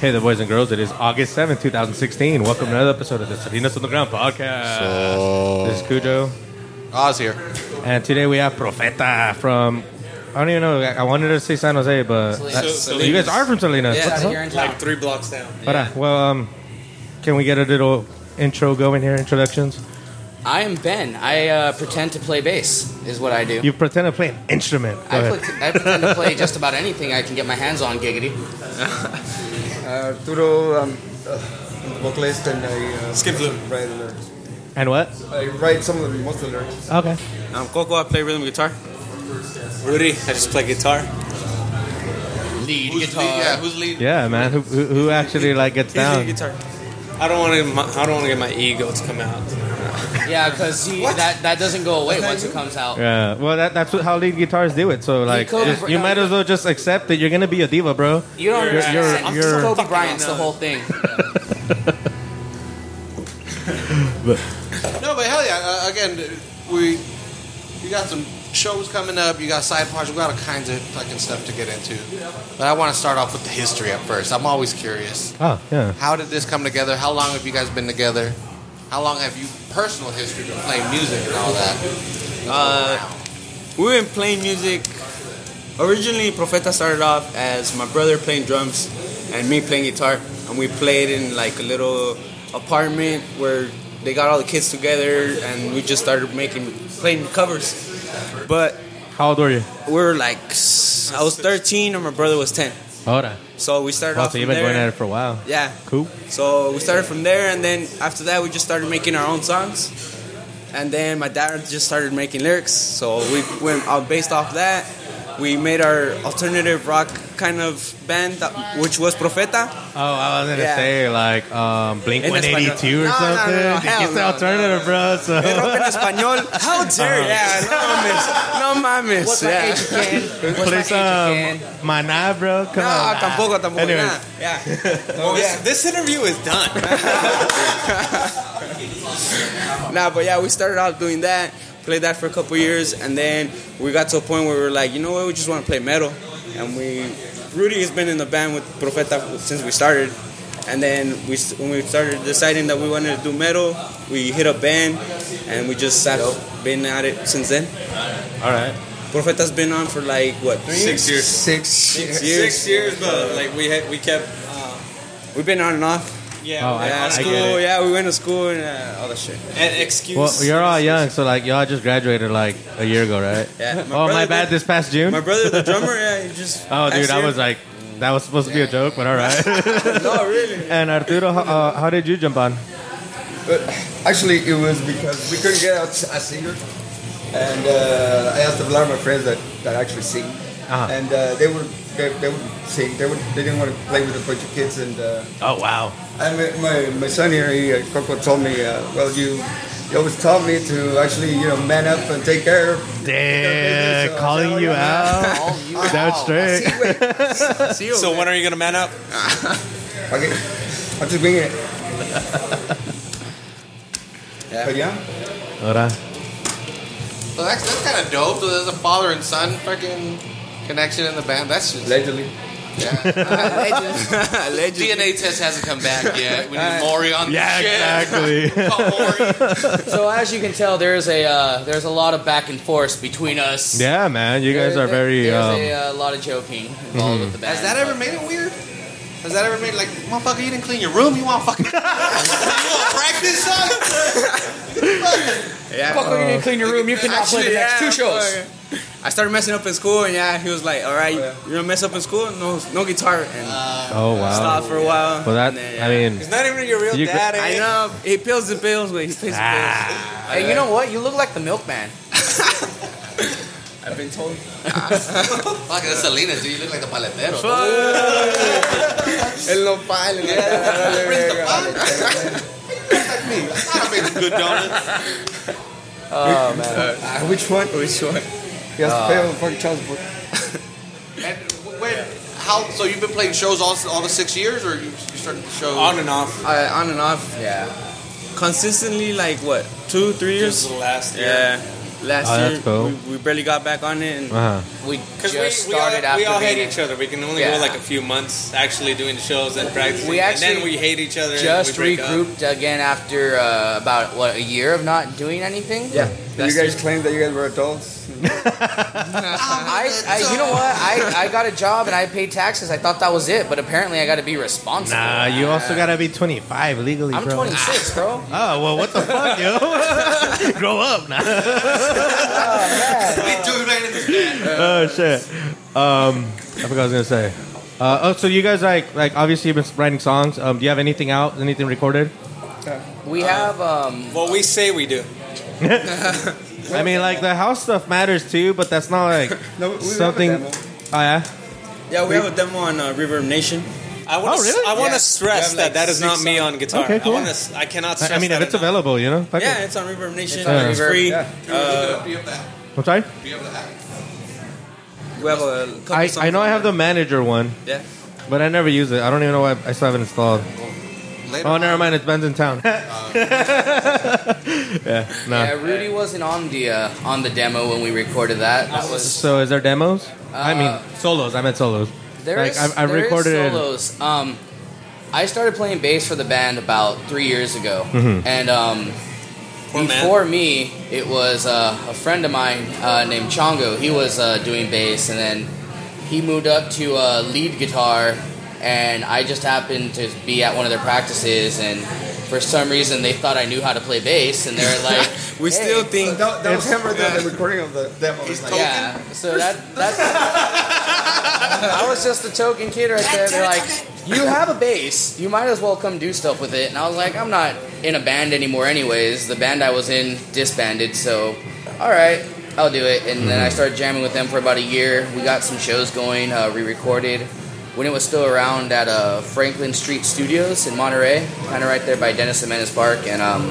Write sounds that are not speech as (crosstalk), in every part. Hey, the boys and girls, it is August seventh, two 2016. Welcome to another episode of the Sardinas on the Ground podcast. This is Cujo, Oz here. and today we have Profeta from, I don't even know, I I wanted to say San Jose, but that's- Salinas. you guys are from Salinas. Yeah. What the here in town. Like three blocks down. But, uh, well, um, can we get a little intro going here, introductions? I am Ben. I uh, pretend to play bass, is what I do. You pretend to play an instrument. Go I, ahead. put, I pretend to play just about anything I can get my hands on, giggity. Arturo, um, uh, vocalist, and I uh, Skip flute. Write the lyrics. and what? I write some of the most of the lyrics. Okay. I'm Coco. I play rhythm guitar. Rudy, I just play guitar. Lead guitar. lead? Yeah, who's lead? Yeah, man. Who, who, who actually like gets He's lead down? guitar. I don't want to. I don't want to get my ego to come out. Yeah, because that, that doesn't go away once it comes out. Yeah. Well, that, that's what, how lead guitars do it. So like, Kobe just- Bryant- you might as well just accept that you're gonna be a diva, bro. You don't You're- understand. you're- I'm you're- Kobe Bryant's the (laughs) whole thing. No, but hell yeah. Uh, again, we you got some shows coming up. You got side projects. We got all kinds of fucking stuff to get into. But I want to start off with the history at first. I'm always curious. Oh yeah. How did this come together? How long have you guys been together? How long have you personal history been playing music and all that? Uh, we've been playing music. Originally, Profeta started off as my brother playing drums and me playing guitar, and we played in like a little apartment where they got all the kids together, and we just started making playing covers. But How old were you? we were like, s- I was 13 and my brother was 10, Ahora. so we started Oh, off. so you've from been going there. at it for a while. Yeah, Cool. So we started from there, and then after that, we just started making our own songs. And then my dad just started making lyrics, so we went uh, based off that. We made our alternative rock kind of band, that, which was Profeta. Oh, I was gonna Yeah. say like um, Blink En 182 or español. No, no, no, something. It's no, hell the no, alternative, bro. So. El rock en español. How dare you? Yeah, no mames. No mames. What's my yeah. age (laughs) again? What's Play my age some again? Maná, um, bro. Come No, on. tampoco, tampoco. Anyways, nah. Yeah. (laughs) Oh, yeah. This interview is done. Nah, but yeah, we started out doing that, played that for a couple years, and then we got to a point where we were like, you know what, we just want to play metal. And we, Rudy has been in the band with Profeta since we started. And then we, when we started deciding that we wanted to do metal, we hit a band, and we just sat, been at it since then. All right. Profeta's been on for like what three Six years. Six. Six years. Six years, but like we had, we kept. We've been on and off. Yeah. Oh, I- yeah, I get school. it. Yeah, we went to school and uh, all that shit. and excuse. Well, you're all young, so like y'all just graduated like a year ago, right? Yeah. My oh, my brother bad. did- This past June. My brother, the drummer, yeah, he just. (laughs) oh, dude, last I year- was like, that was supposed to be a joke, but all right. (laughs) (laughs) no, really. and Arturo, how, uh, how did you jump on? But actually, it was because we couldn't get out a singer, and uh, I asked a lot of my friends that, that actually sing, Uh-huh. and uh, they would they, they would sing. They would they didn't want to play with a bunch of kids, and uh, Oh wow. I mean, my, my son here, he, uh, Coco told me, uh, well, you, you always taught me to actually, you know, man up and take care of Damn, so- calling you out. All you That's out. straight. So when are you gonna man up? Okay, I'm just winging it. But Oh, yeah, Ahora. Well, that's, that's kind of dope. So there's a father and son fucking connection in the band. That's just allegedly. uh, yeah. (laughs) Legend. DNA test hasn't come (laughs) back yet. We (laughs) need Maury on Yeah, the shit. exactly. (laughs) Call Maury. So as you can tell, there's a uh, there's a lot of back and forth between us. yeah, man, you guys are very. There's Um, a uh, lot of joking involved with the band. Has that ever made it weird? Has that ever made like, motherfucker, you didn't clean your room? You want fucking? you want (laughs) practice, son? Yeah. Fuck, you need to clean your room. You cannot play the next yeah, two shows. Oh, fuck. I started messing up in school, and yeah, he was like, "All right, Yeah. you're gonna mess up in school? No, no guitar." And oh wow. stopped for a while. Well, that and then, I mean, He's not even your real You- dad. I eh? know he peels the bills, but he pays the Ah. bills. Hey, you know what? You look like the milkman. I've been told. Fuck, that's Salinas, dude. You look like the paletero. El nopal. That makes good donuts. Uh, which one? Which one? He has to pay for fucking child support. And when? How? So you've been playing shows all, all the six years, or you, you started the show? On and off. Uh, on and off. Yeah. Consistently, like what, two, three years? last Yeah. last Oh, year. that's cool. we, we barely got back on it, and Uh-huh. We Because just we, we started all, after we all being hate in- each other. We can only Yeah. go like a few months actually doing shows and practicing. We and actually then we hate each other. Just and we break up. regrouped again after uh, about what a year of not doing anything. Yeah. That's you guys claim that you guys were adults. I, I you know what I, I got a job and I paid taxes. I thought that was it, but apparently I got to be responsible. Nah, you also gotta be 25 legally, I'm bro. 26, bro. Oh well, what the fuck, yo? (laughs) Grow up now. We do it right in this band. (laughs) oh shit. Um, I forgot what I was gonna say. Uh, oh, so you guys like like obviously you've been writing songs. Um, do you have anything out? Anything recorded? We have um Well, we say we do. I mean, like the house stuff matters too, but that's not like No, we- we have a something. demo. Oh yeah. yeah, we have a demo on uh, Reverb Nation. I want Oh, to. really? I want to Yeah. stress We have, like, that that is not six me songs. on guitar. Okay, cool. I want to. I cannot stress. I mean, if that it's enough. available, you know. Fuck it. Yeah, it's on Reverb Nation. It's, on Reverb, free. yeah. Uh, Be up that. I'm sorry. Be up that. we have a couple I, songs I know I on have the there. manager one, Yeah. but I never use it. I don't even know why I still haven't installed. Later. Oh, never mind. It's Ben's in town. (laughs) yeah. yeah, No. Rudy wasn't on the uh, on the demo when we recorded that. That was So is there demos? I Uh, mean solos. I meant solos. there like is- I've, I've there is recorded it- solos. Um, I started playing bass for the band about three years ago, Mm-hmm. and um, Poor man. before me, it was uh, a friend of mine uh, named Chongo. He was uh, doing bass, and then he moved up to uh, lead guitar, and I just happened to be at one of their practices, and for some reason they thought I knew how to play bass, and they're like, (laughs) We "Hey, still think That, that was him right there, the recording of the demo. It's like- Yeah, so that that's I was just a token kid right there. They're like, you have a bass, you might as well come do stuff with it. And I was like, I'm not in a band anymore, anyways. The band I was in disbanded, so all right, I'll do it. And then I started jamming with them for about a year. We got some shows going, uh, re-recorded when it was still around at uh, Franklin Street Studios in Monterey, kind of right there by Dennis and Menace Park, and um,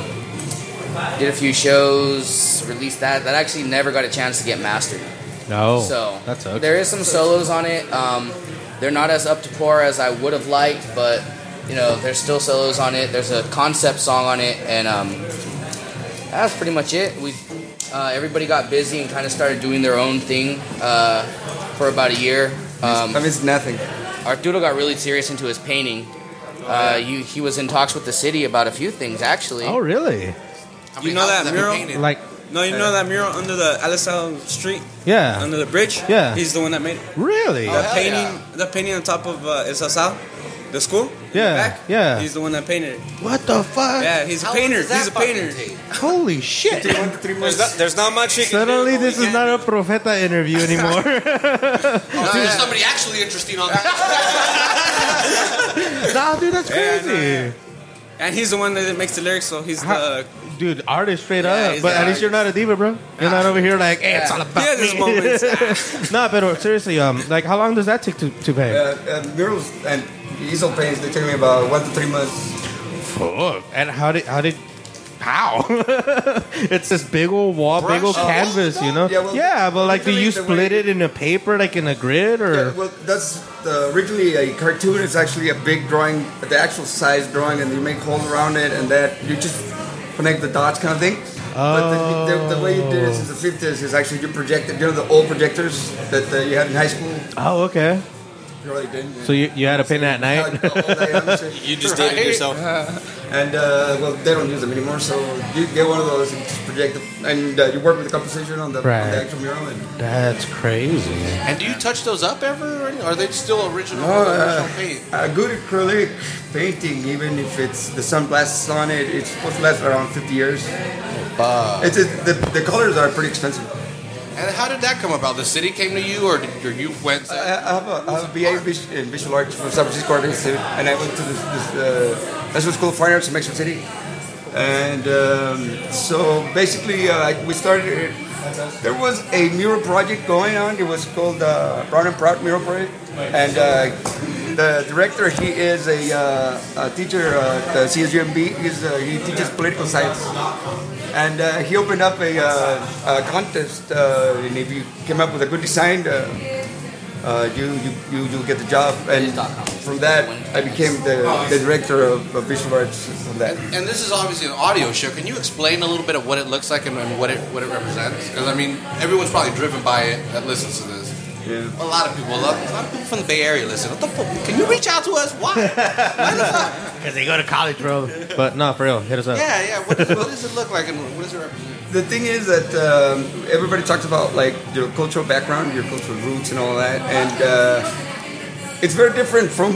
did a few shows, released that. That actually never got a chance to get mastered. No. So that sucks. there is some solos on it. Um, they're not as up to par as I would have liked, but you know there's still solos on it. There's a concept song on it, and um, that's pretty much it. We uh, everybody got busy and kind of started doing their own thing uh, for about a year. Um, That means nothing. Arturo got really serious into his painting. Uh, you, he was in talks with the city about a few things actually. Oh really? How You many houses know that have we mural? painted? Like No, you know that mural under the Alisal Street, yeah. under the bridge. Yeah. he's the one that made it. Really? The hell painting, yeah. the painting on top of uh, El Sasal, the school. in the Yeah, back, yeah. He's the one that painted it. What the fuck? Yeah, he's How a long painter. does that He's a painter. fucking take? Holy shit. Three, one to three There's not, months. there's not much you can Suddenly, do. this is not a Profeta interview anymore. (laughs) Oh, so there's somebody actually interesting (laughs) on that. nah, dude, that's Yeah, I know, crazy. yeah. And he's the one that makes the lyrics, so he's How- the Dude, artist straight Yeah, up. he's But the at least you're not a diva, bro. You're not over here like, hey, it's all he about has his moments. me. (laughs) nah, but seriously, um, like, how long does that take to, to pay? Uh, uh, murals and easel paints, they took me about one to three months. Fuck. And how did how did how? (laughs) it's this big old wall, big old Brush. Oh, canvas, you know? Yeah, well, but like, do you literally the way- split it in a paper, like in a grid, Yeah, or? well, that's the, originally a cartoon. It's actually a big drawing, the actual size drawing, and you make holes around it, and that you just connect the dots kind of thing. But the, the, the way you did Oh. it since the 50s is actually you projected, you know, the old projectors that uh, you had in high school? Oh, okay. You really didn't. So you, you had to paint at night? Like, all day, honestly. You just did it yourself. And uh, well, they don't use them anymore, so you get one of those and just project the, and uh, you work with the composition on the, on Right. the actual mural. And, (laughs) That's crazy. And do you touch those up ever? Or are they still original? No, original uh, paint? a good acrylic painting, even if it's the sunglasses on it, it's supposed to last around 50 years. It's it, the, the colors are pretty expensive. And how did that come about? The city came to you, or, did, or you went? I, I have a, I have a BA in vis- in visual arts from San Francisco Art Institute, and I went to this, this uh, National School of Fine Arts in Mexico City. And um, so basically, uh, I- we started. There was a mural project going on. It was called uh, Brown and Proud Mural Project, and uh, the director he is a, uh, a teacher uh, at the CSUMB. He's, uh, he teaches political science and uh, he opened up a, uh, a contest, uh, and if you came up with a good design, uh, uh, you, you, you you get the job, and from that I became the, the director of, of visual arts. From that, And this is obviously an audio show. Can you explain a little bit of what it looks like and, and what it what it represents? Because I mean, everyone's probably driven by it that listens to this. Yeah. A lot of people, a lot, a lot of people from the Bay Area listen. What the fuck? Can you reach out to us? (laughs) Why? Why the fuck? Because they go to college, bro. But no, for real, hit us up. Yeah, yeah. What, is, what does it look like and what does it represent? the thing is that um, everybody talks about like your cultural background, your cultural roots, and all that, and uh, it's very different from.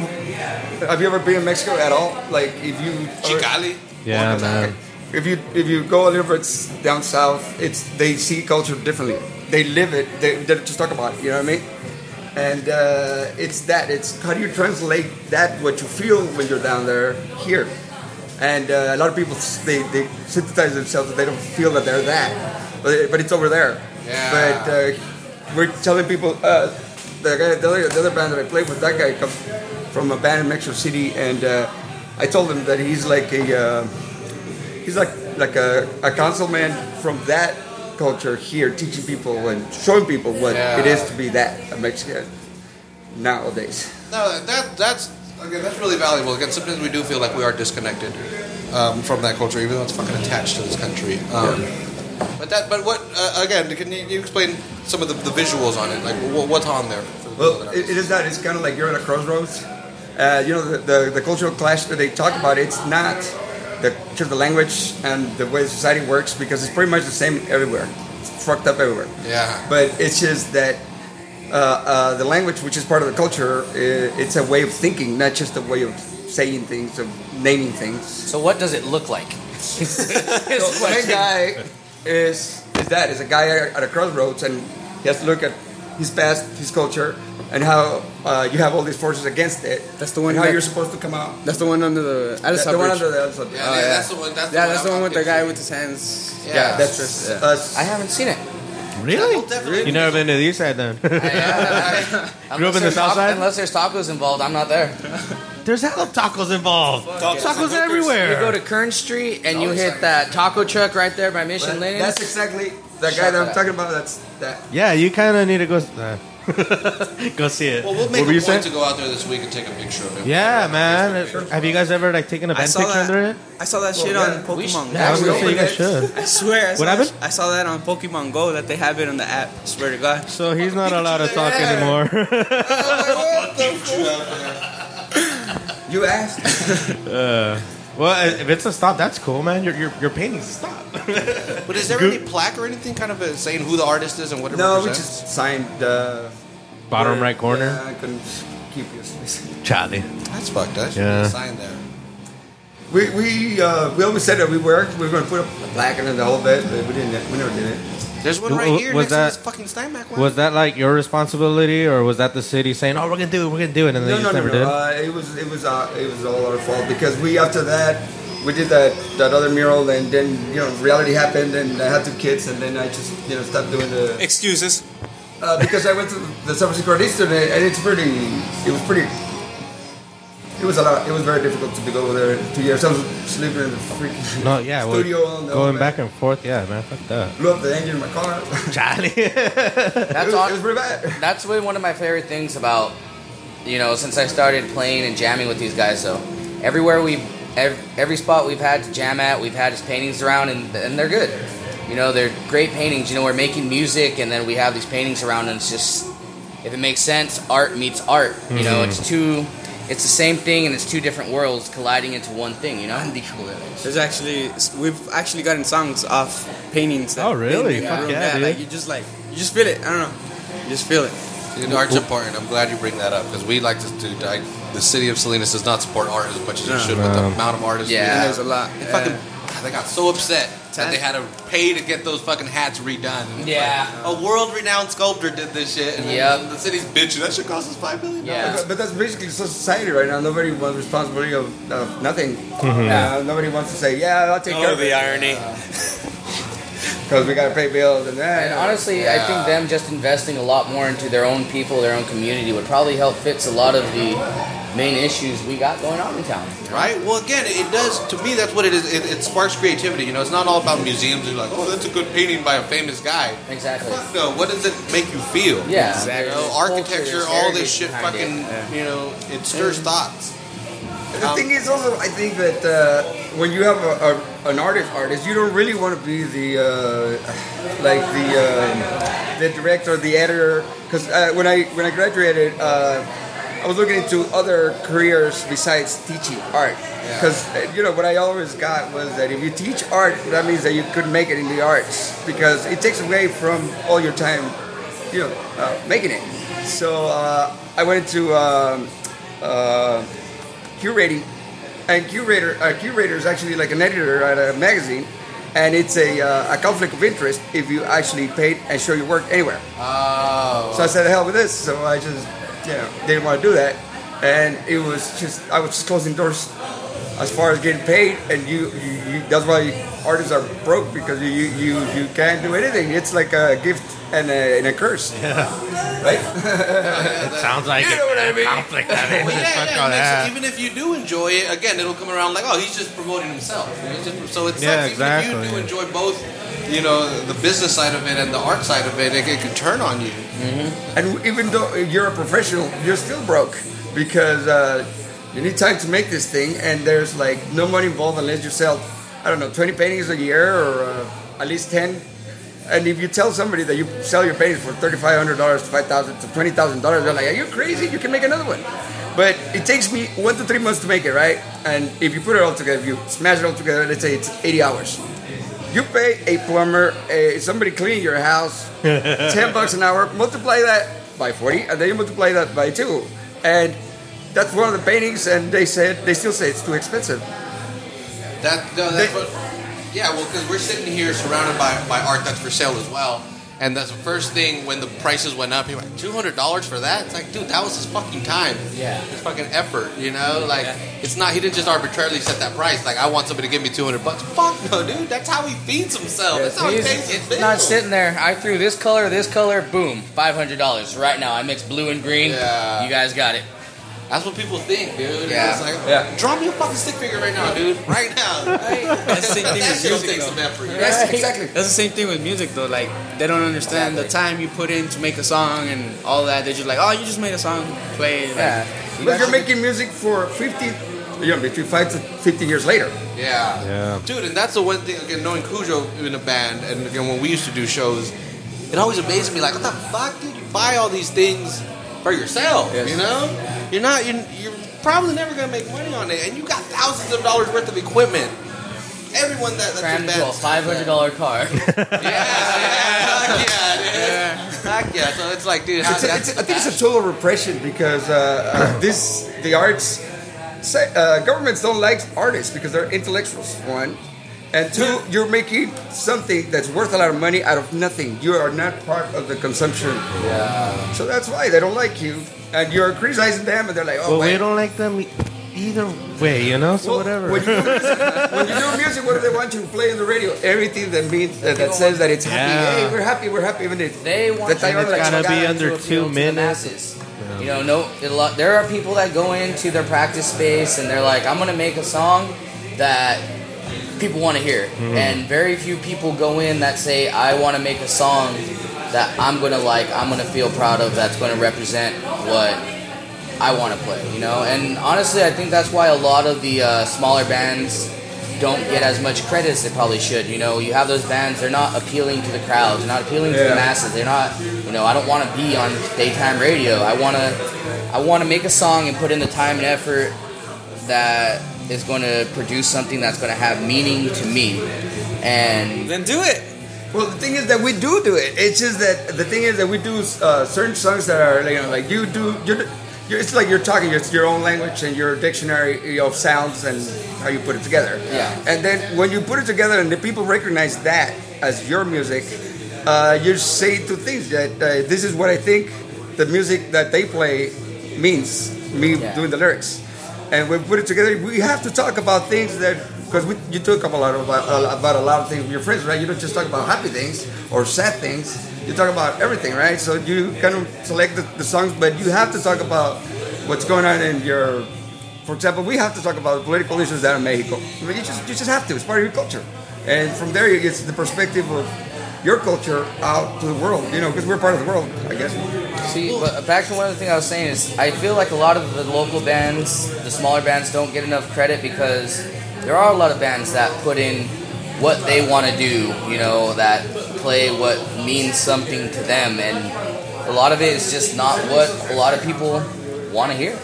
Have you ever been in Mexico at all? Like if you are- Chicali. Yeah, man. If you if you go a little bit s- down south, it's they see culture differently. They live it. They, they just talk about it. You know what I mean? And uh, it's that. It's how do you translate that what you feel when you're down there here? And uh, a lot of people s- they they synthesize themselves that they don't feel that they're that, but, but it's over there. Yeah. But uh, we're telling people. Uh, the, guy, the, other, the other band that I played with, that guy comes from a band in Mexico City, and uh, I told him that he's like a uh, he's like like a, a councilman from that culture here teaching people and showing people what Yeah. it is to be that a mexican nowadays No, that that's again that's really valuable. Again, sometimes we do feel like we are disconnected um, from that culture, even though it's fucking attached to this country. Um, But that, but what uh, again? Can you, you explain some of the, the visuals on it? Like what, what's on there? For the people well that it, it is that it's kind of like you're at a crossroads uh, you know the, the, the cultural clash that they talk about it's not the just the language and the way society works because it's pretty much the same everywhere it's fucked up everywhere aren't- yeah, but it's just that uh, uh, the language, which is part of the culture, uh, it's a way of thinking, not just a way of saying things, of naming (laughs) things. So what does it look like? So the main guy is is that is a guy at a crossroads, and he has to look at his past, his culture, and how uh, you have all these forces against it. That's the one and how that- you're supposed to come out. That's the one under the Addis The one Abridge. under the other side. yeah, Uh, Oh, yeah, yeah. that's the one. That's yeah, the that's the one, one I'm with the guy picturing. with his hands. Yeah. that's us. I haven't seen it. Really? Well, definitely. You never been to the east side then? Grew up in the Unless there's South taco- Side? Unless there's tacos involved, I'm not there. There's hella tacos involved. Tacos. Tacos Yeah. everywhere. You go to Kern Street and you Always hit that like- taco truck right there by Mission Lane. That's exactly the guy Shut that I'm up. talking about. That's that. yeah, you kind of need to go. s- uh. nah. go see it. Well, we'll make what were you a saying? point to go out there this week and take a picture of it. Yeah, man. Have you guys ever like taken a I band saw picture that. under it? I saw that shit yeah, on we sh- Pokemon. Yeah, I was Actually, gonna say you guys open should. I swear. I saw, happened? I saw that on Pokemon Go that they have it on the app. Swear to God. So he's not allowed to talk anymore. You asked. (laughs) well, if it's a stop, that's cool, man. Your your, your painting's a stop. But is there any plaque or anything kind of uh, saying who the artist is and what it No, we represents? just signed. Uh, Bottom where- right corner, Yeah, I couldn't keep this. Charlie. that's fucked. I should Yeah. yeah. sign there. (laughs) We we uh, we always said that we were we were going to put a plaque and the whole bit, but we didn't. We never did it. There's one Who- right who- here was next that- to this fucking Steinbeck one. Was that like your responsibility, or was that the city saying, "Oh, we're gonna do it, we're gonna do it," and then No, you no, just no, never no. did? Uh, it was it was uh, it was all our fault because we after that we did that that other mural and then you know reality happened and I had two kids and then I just you know stopped doing the Excuses. uh, because I went to the San Francisco Art Institute and it's pretty, it was pretty, it was a lot, it was very difficult to go over there in two years. I was sleeping in the freaking (laughs) no, yeah. Well, studio. and all going that. back and forth, yeah, man. Fuck that, Blew up the engine in my car. Charlie. it, (laughs) that's was, on, it was pretty bad. That's really one of my favorite things about, you know, since I started playing and jamming with these guys. So everywhere we, every, every spot we've had to jam at, we've had his paintings around, and and they're good. You know, they're great paintings. You know, we're making music, and then we have these paintings around, and it's just, if it makes sense, art meets art. You know, it's two, it's the same thing, and it's two different worlds colliding into one thing. You know, There's actually we've actually gotten songs off paintings. That Oh, really? they made in Fuck the room. yeah, dude. like you just like you just feel it. I don't know. You just feel it. Dude, art's important. I'm glad you bring that up because we like to do. Like, the city of Salinas does not support art as much as it No. should with the amount of artists. we Yeah. have. And there's a lot. They Yeah. fucking, God, they got so upset that they had to pay to get those fucking hats redone. Yeah. a world-renowned sculptor did this shit, and Yep. then the city's bitching. That shit costs us five million. Yeah. But- But that's basically society right now. Nobody wants responsibility of, of nothing. Mm-hmm. Uh, nobody wants to say, yeah, I'll take care Oh, of the it irony. because we gotta pay bills and that. And honestly, I Yeah. think them just investing a lot more into their own people, their own community would probably help fix a lot of the main issues we got going on in town. right? Well, again, it does. To me, that's what it is. It, it sparks creativity. You know, it's not all about museums. You're like, oh, that's a good painting by a famous guy. Exactly. Fuck no. What does it make you feel? Yeah. You Exactly. know, architecture, all this shit, fucking, you know, it stirs thoughts. The thing is also, I think that uh, when you have a, a, an artist, artist, you don't really want to be the uh, like the um, the director, the editor. Because uh, when I when I graduated, uh, I was looking into other careers besides teaching art. Because you know what I always got was that if you teach art, that means that you could make it in the arts because it takes away from all your time, you know, uh, making it. So uh, I went into. Um, uh, curating, and curator a curator is actually like an editor at a magazine, and it's a, uh, a conflict of interest if you actually paint and show your work anywhere. Oh. So I said, "The hell with this!" So I just you know didn't want to do that, and it was just I was just closing doors as far as getting paid, and you, you, you that's why artists are broke because you, you you you can't do anything. It's like a gift and a, and a curse, right? (laughs) Sounds like You know what I mean? conflict of it. Well, yeah, Fuck yeah, all it makes- that. Even if you do enjoy it, again, it'll come around like, oh, he's just promoting himself. You know, he's just- so it's Yeah, like, even exactly. if you do enjoy both, you know, the business side of it and the art side of it, it, it could turn on you. And even though you're a professional, you're still broke because uh, you need time to make this thing, and there's like no money involved unless you sell, I don't know, 20 paintings a year or uh, at least 10. And if you tell somebody that you sell your paintings for $3,500 to $5,000 to $20,000, they're like, are you crazy? You can make another one. But it takes me one to three months to make it, right? And if you put it all together, if you smash it all together, let's say it's 80 hours. You pay a plumber, a, somebody cleaning your house, (laughs) 10 bucks an hour, multiply that by 40, and then you multiply that by 2. And that's one of the paintings, and they said, they still say it's too expensive. That, no, that's what, yeah, well, because we're sitting here surrounded by, by art that's for sale as well. And that's the first thing when the prices went up. You're like, $200 for that? It's like, dude, that was his fucking time. Yeah. His fucking effort, you know? Like, it's not, he didn't just arbitrarily set that price. Like, I want somebody to give me 200 bucks. Fuck no, dude. That's how he feeds himself. that's how he pays his He's bills. not sitting there. I threw this color, this color, boom, five hundred dollars right now. I mixed blue and green. Yeah. You guys got it. That's what people think, dude. Yeah. It's like, Yeah. draw me a fucking stick figure right now, dude. Right now. that That's the same thing shit with still music, takes though. some effort. That's Right. exactly. That's the same thing with music, though. Like they don't understand the time you put in to make a song and all that. They're just like, oh, you just made a song, play. it. Like, Yeah. But you're making music for 50, you know, between 5 to 15 years later. Yeah. Yeah. Dude, and that's the one thing, again, knowing Cujo in a band, and again, when we used to do shows, it always amazed me, like, what the fuck did you buy all these things for yourself? You know? You're not, you're, you're probably never going to make money on it, and you got thousands of dollars worth of equipment. Everyone that, that's Crammed in into a bands. five hundred dollar car. Yeah, yeah, (laughs) fuck yeah, dude. Fuck yeah. So it's like, dude, how, It's a, that's it's a- I think it's a total repression because uh, uh, this the arts say, uh, governments don't like artists because they're intellectuals one and two you're making something that's worth a lot of money out of nothing you are not part of the consumption yeah so that's why they don't like you and you're criticizing them and they're like oh Well, we wait. don't like them e- either way, you know. So Well, whatever. When you, do music, when you do music, what do they want you to play on the radio? Everything that means uh, that, that says that it's happy. Yeah. Hey, we're happy. We're happy. Even if They want That's you like- to It's gotta like, be to under appeal two to the minutes. masses. You know, no, it, lo- there are people that go into their practice space and they're like, I'm gonna make a song that people want to hear, and very few people go in that say, I want to make a song that I'm gonna like, I'm gonna feel proud of, that's gonna represent what I want to play, you know. And honestly, I think that's why a lot of the uh, smaller bands don't get as much credit as they probably should. You know, you have those bands; they're not appealing to the crowds, they're not appealing to Yeah. the masses. They're not, you know, I don't want to be on daytime radio. I wanna, I want to make a song and put in the time and effort that is going to produce something that's going to have meaning to me. And Then do it. Well, the thing is that we do do it. It's just that the thing is that we do uh, certain songs that are like, you know, like you do. You're, you're, it's like you're talking it's your own language and your dictionary you know, of sounds and how you put it together. Yeah. And then when you put it together and the people recognize that as your music, uh, you say two things that uh, this is what I think the music that they play means. Me Yeah. doing the lyrics, and we put it together. We have to talk about things that because we, you talk about a lot about, about a lot of things with your friends, right? You don't just talk about happy things or sad things. You talk about everything, right? So you kind of select the, the songs, but you have to talk about what's going on in your, for example, we have to talk about political issues down in Mexico. I mean, you just you just have to. It's part of your culture, and from there you get the perspective of your culture out to the world. You know, because we're part of the world, I guess. See, but back to one of the things I was saying is I feel like a lot of the local bands, the smaller bands, don't get enough credit because there are a lot of bands that put in what they want to do, you know, that play what means something to them, and a lot of it is just not what a lot of people want to hear.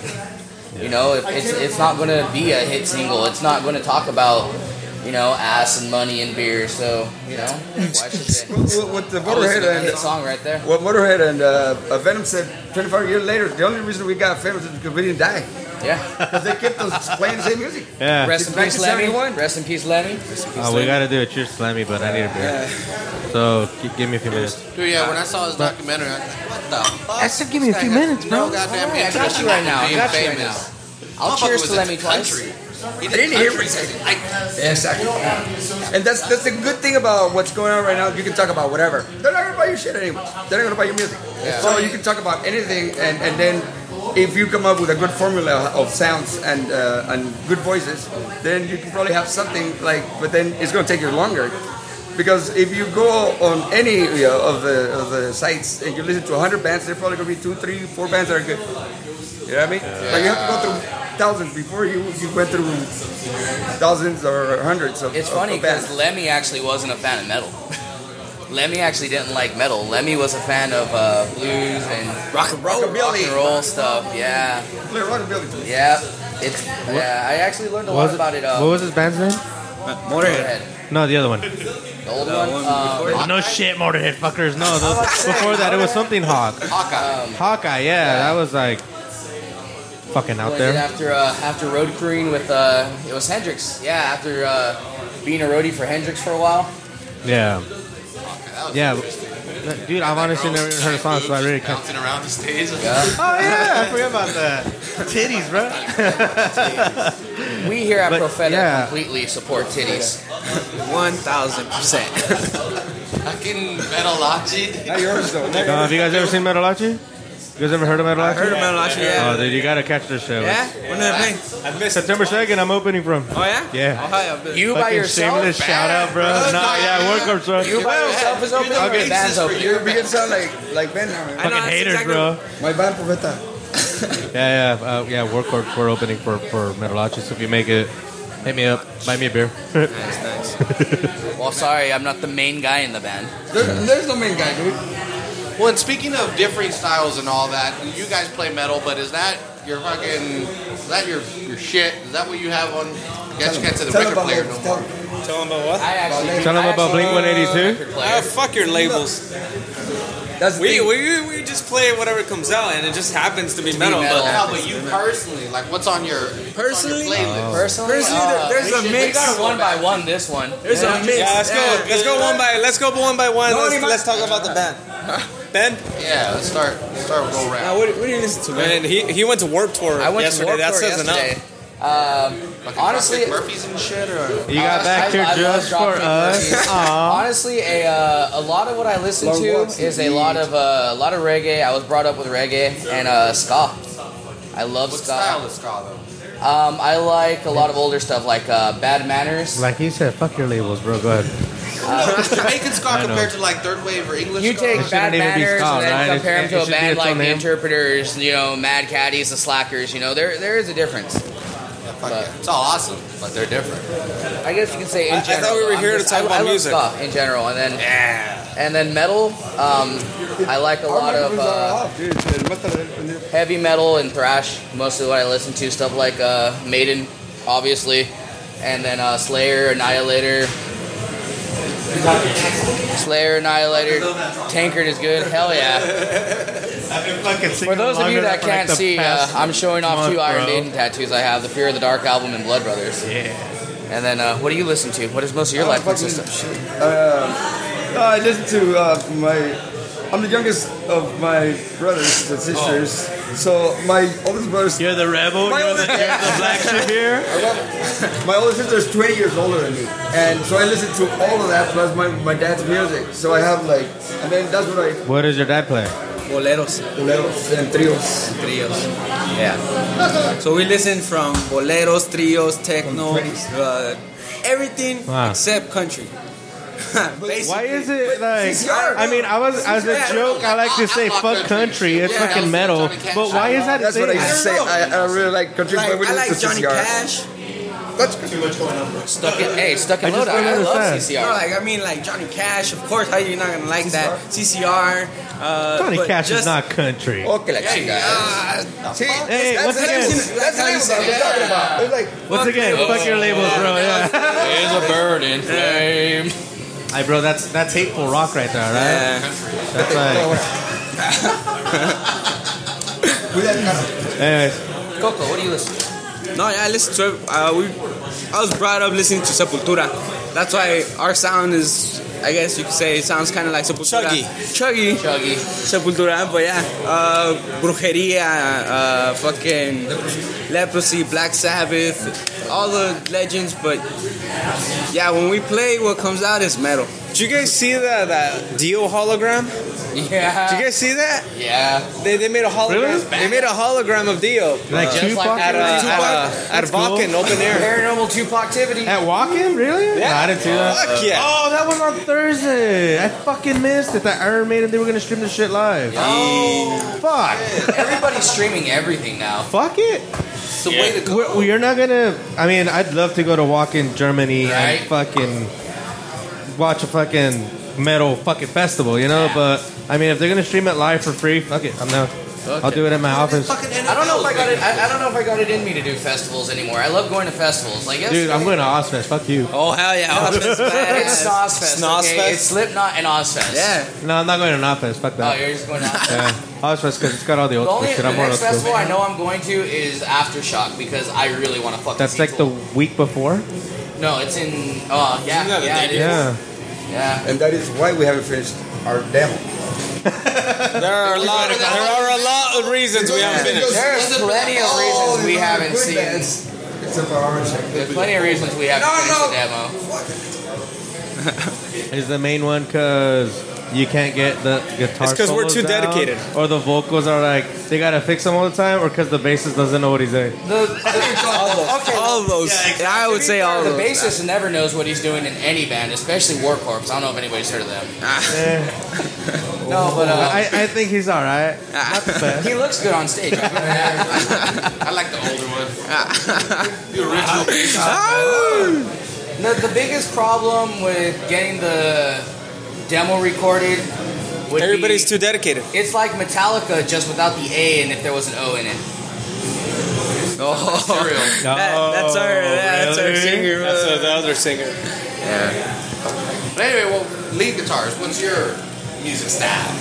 You know, if it's it's not going to be a hit single. It's not going to talk about you know ass and money and beer. So you know, why should they? What, what the I listen Motorhead to that hit and song right there. what Motorhead and uh, uh, Venom said 25 years later, the only reason we got famous is because we didn't die. Yeah. Because they kept us playing the same music. Yeah. Rest in Back peace, to Lemmy. 71. Rest in peace, Lemmy. Uh, we gotta do it. Cheers, Slammy, but I need a beer. So g- give me a few minutes. Dude, yeah, when I saw his documentary, I was like, what the fuck? I said give me a This few guy has minutes, no bro. goddamn Alright, I got interest in you right now. I being got you right famous. I'll Motherfucker cheers was to into Lemmy twice. country. He I didn't hear country. I- Yeah, exactly. And that's that's the good thing about what's going on right now. You can talk about whatever. They're not gonna buy your shit anyway. They're not gonna buy your music. So you can talk about anything, and, and then if you come up with a good formula of sounds and uh, and good voices, then you can probably have something like. But then it's gonna take you longer. Because if you go on any you know, of the of the sites and you listen to 100 bands, there's probably gonna be two, three, four bands that are good. You know what I mean? Like you have to go through thousands before you you went through thousands or hundreds of. It's of- funny of bands. because Lemmy actually wasn't a fan of metal. (laughs) Lemmy actually didn't like metal. Lemmy was a fan of uh, blues and rock and roll, rock and roll stuff. Yeah, rockabilly. yeah. It's yeah. I actually learned a What was, lot about it. what Uh, was his band's name? Motorhead. Motorhead. No, the other one. the old one. one um, before- Oh, no shit, Motorhead fuckers. No, those, before that it was something Hawk. Hawkeye. Um, Hawkeye, yeah, that was like fucking out Well, I did there. after uh, after road crewing with uh, it was Hendrix. Yeah, after uh, being a roadie for Hendrix for a while. Yeah, yeah. but- Dude, I've honestly never even heard a song, so I really can't. Bouncing around the stage. Oh yeah, I forgot about that. Titties, bro. We here at But, Profeta yeah. completely support titties. One thousand percent. (laughs) Fucking (laughs) Metalachi. Not yours though. Not Uh, yours. have you guys ever seen Metalachi? You guys ever heard of Metalachi? Heard of Metalachi? Yeah. Oh, dude, you gotta catch their show. Yeah. When did I play? I missed it. September second, I'm opening from. Oh yeah. Yeah. Oh hi. I've been- You by Fucking yourself. Shameless shout out, bro. No, yeah, work up, bro. You by yourself is open. or your band's open. You're beginning to sound like like Ben now. I know, Fucking that's haters, exactly- bro. My band, Profeta. Yeah, yeah, uh, yeah. We're, we're, we're opening for for Metalachi, so if you make it, hit me up, buy me a beer. Nice, nice. Well, sorry, I'm not the main guy in the band. There, there's no main guy, dude. Well, and speaking of differing styles and all that, and you guys play metal, but is that your fucking, is that your, your shit? Is that what you have on? I guess you can't say the Tell record him about player it. no Tell more. him. Tell him about what? I actually Tell 'em I about actually- Blink-182. record Ah, player. fuck your labels. That's We, the thing. we we just play whatever comes out, and it just happens to be metal. metal. Yeah, But but you personally, like, what's on your Personally? what's Oh. on your playlist? Personally, Personally, uh, there- there's we a should- We mix. got a one by one. This one. There's a mix. yeah, let's go. Yeah, Let's go one by. Let's go one by one. No, Let's, he might- let's talk about the band. Ben, Oh. Yeah, let's start. Let's start with go Now rap. what, what do you listen to, man? man, he, he went to Warp Tour I went yesterday. to that Warped Tour says yesterday. enough. Um, honestly, Murphys and shit, or You got Uh, back I- here I love just Dropkick for us. Murphys. Aw. Honestly, a, uh, a lot of what I listen Long walks to is a indeed. lot of uh, a lot of reggae. I was brought up with reggae and uh, ska. I love what style ska. is ska though? Um, I like a lot of older stuff like uh, Bad Manners. Like he said, fuck your labels, bro. Go ahead. Jamaican (laughs) ska I know. compared to like third wave or English. You ska? take It bad shouldn't even be manners called, and then right? compare It- it them to a should be band its like own the name. interpreters, you know, mad caddies, the slackers. You know, there there is a difference. Yeah, fuck yeah. It's all awesome, but they're different. I guess you can say I- I in thought general. we were I'm here to just- talk I- about I love music. ska in general, and then and then metal. Um, I like a Our lot of. Uh, microphones are off, dude. It must have- heavy metal and thrash mostly what i listen to stuff like uh, maiden obviously and then uh, slayer annihilator slayer annihilator tankard is good hell yeah for those of you that can't see uh, i'm showing off two month, iron bro. maiden tattoos i have the fear of the dark album and blood brothers Yeah. and then uh, what do you listen to what is most of your life Ah, Oh, fucking consist of Uh, I listen to uh, my. I'm the youngest of my brothers and sisters. So my oldest brother's You're the rebel. My You're the, oldest- you're the black sheep here. My older sister's 20 years older than me, and so I listen to all of that plus my, my dad's music. So I have like, and then that's what I What does your dad play? boleros, boleros and trios. trios. Yeah. So we listen from boleros, trios, techno, uh, everything Wow. except country. (laughs) Why is Basically. it like? hard. I mean, I was as a Yeah, joke. I like to say "fuck country." It's Yeah, fucking I metal, was trying to catch but why is that a That's what I thing? don't say. know. I, I really like country. Like, but we I like listen to Johnny CCR. Cash. Stuck in, hey, stuck I in just Lodi. don't I love understand. CCR. No, like I mean, like Johnny Cash. Of course, how you're not gonna like that? CCR. Uh, Johnny but Cash is just- not country. Okay, like Ah, See, Hey, once again, that's the labels I'm talking about. It's like once again, fuck your labels, bro. Oh, Yeah. There's a bird (laughs) in flame. Hey, bro, that's that's hateful rock right there, right? yeah. That's like, anyways, Coco, what do you listen to? No, yeah, I listen to it. Uh, we, I was brought up listening to Sepultura. That's why our sound is, I guess you could say, it sounds kind of like Sepultura. Chuggy. Chuggy. Chuggy. Sepultura, but yeah. Uh, brujeria, uh, fucking leprosy, Black Sabbath, all the legends, but yeah, when we play, what comes out is metal. Did you guys see that that Dio hologram? Did you Yeah. guys see that? Yeah. They, they made a hologram. Really? They made a hologram of Dio like Just Tupac like at uh, that. at, at, uh, at That's cool. Vulcan open air. Paranormal Tupac activity. at Walking, really? No, Yeah. I didn't see that. Fuck yeah. Oh, that was on Thursday. I fucking missed it. That Iron Maiden, they were gonna stream the shit live. Oh, fuck, Everybody's streaming everything now. fuck it. It's the way to go. We're, we're not gonna. I mean, I'd love to go to walk in Germany and Right. fucking watch a fucking metal fucking festival, you know. But I mean, if they're gonna stream it live for free, fuck it, I'm down. I'll do it at my office, I don't know if I got it. I, I don't know if I got it in me to do festivals anymore. I love going to festivals. Like dude. I'm yesterday- going to Ozfest. Fuck you. Oh, hell yeah. Ozfest, badass. It's Ozfest. okay? Ozfest? It's Slipknot and Ozfest. Yeah. No, I'm not going to Ozfest. Fuck Oh, that. you're just going to Ozfest. yeah, Ozfest because it's got all the The old only school shit. the I'm more old next festival school. I know I'm going to is Aftershock because I really want to fucking. That's see like the Tool. week before. No, it's in. Oh yeah, that yeah, the it day is. Yeah, yeah. And that is why we haven't finished our demo. There are a lot. Of, there are a lot of reasons we haven't finished. There's plenty of Oh, reasons we haven't seen. Except for ours. There's plenty of reasons we haven't No, finished the no. demo. is the main one because. You can't get the guitar. It's 'cause we're solos too down, dedicated. or the vocals are like they gotta fix them all the time, or because the bassist doesn't know what he's doing. All those. All those. I would say all The those. bassist never knows what he's doing in any band, especially War Corps. I don't know if anybody's heard of them. Eh. Oh. No, but uh, I, I think he's all right. Ah. Not the (laughs) best. he looks good on stage. I like the older one. The, the biggest problem with getting the demo recorded would Everybody's Ah. be, too dedicated. It's like Metallica just without the A and if there was an O in it. Oh. Real. That- that's our that's our really? singer. That's uh, the other singer. But anyway, well, lead guitars. What's your music style?